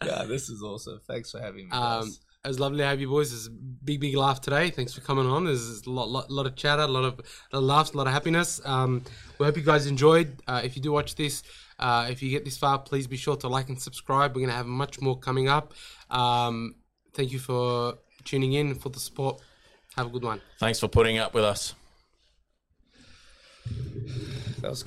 Yeah, this is awesome. Thanks for having me. um, it was lovely to have you boys. It was a big, big laugh today. Thanks for coming on. There's a lot, lot, lot of chatter, a lot of, lot of laughs, a lot of happiness. Um, we hope you guys enjoyed. Uh, if you do watch this, uh, if you get this far, please be sure to like and subscribe. We're going to have much more coming up. Um, thank you for tuning in, for the support. Have a good one. Thanks for putting up with us. that was good.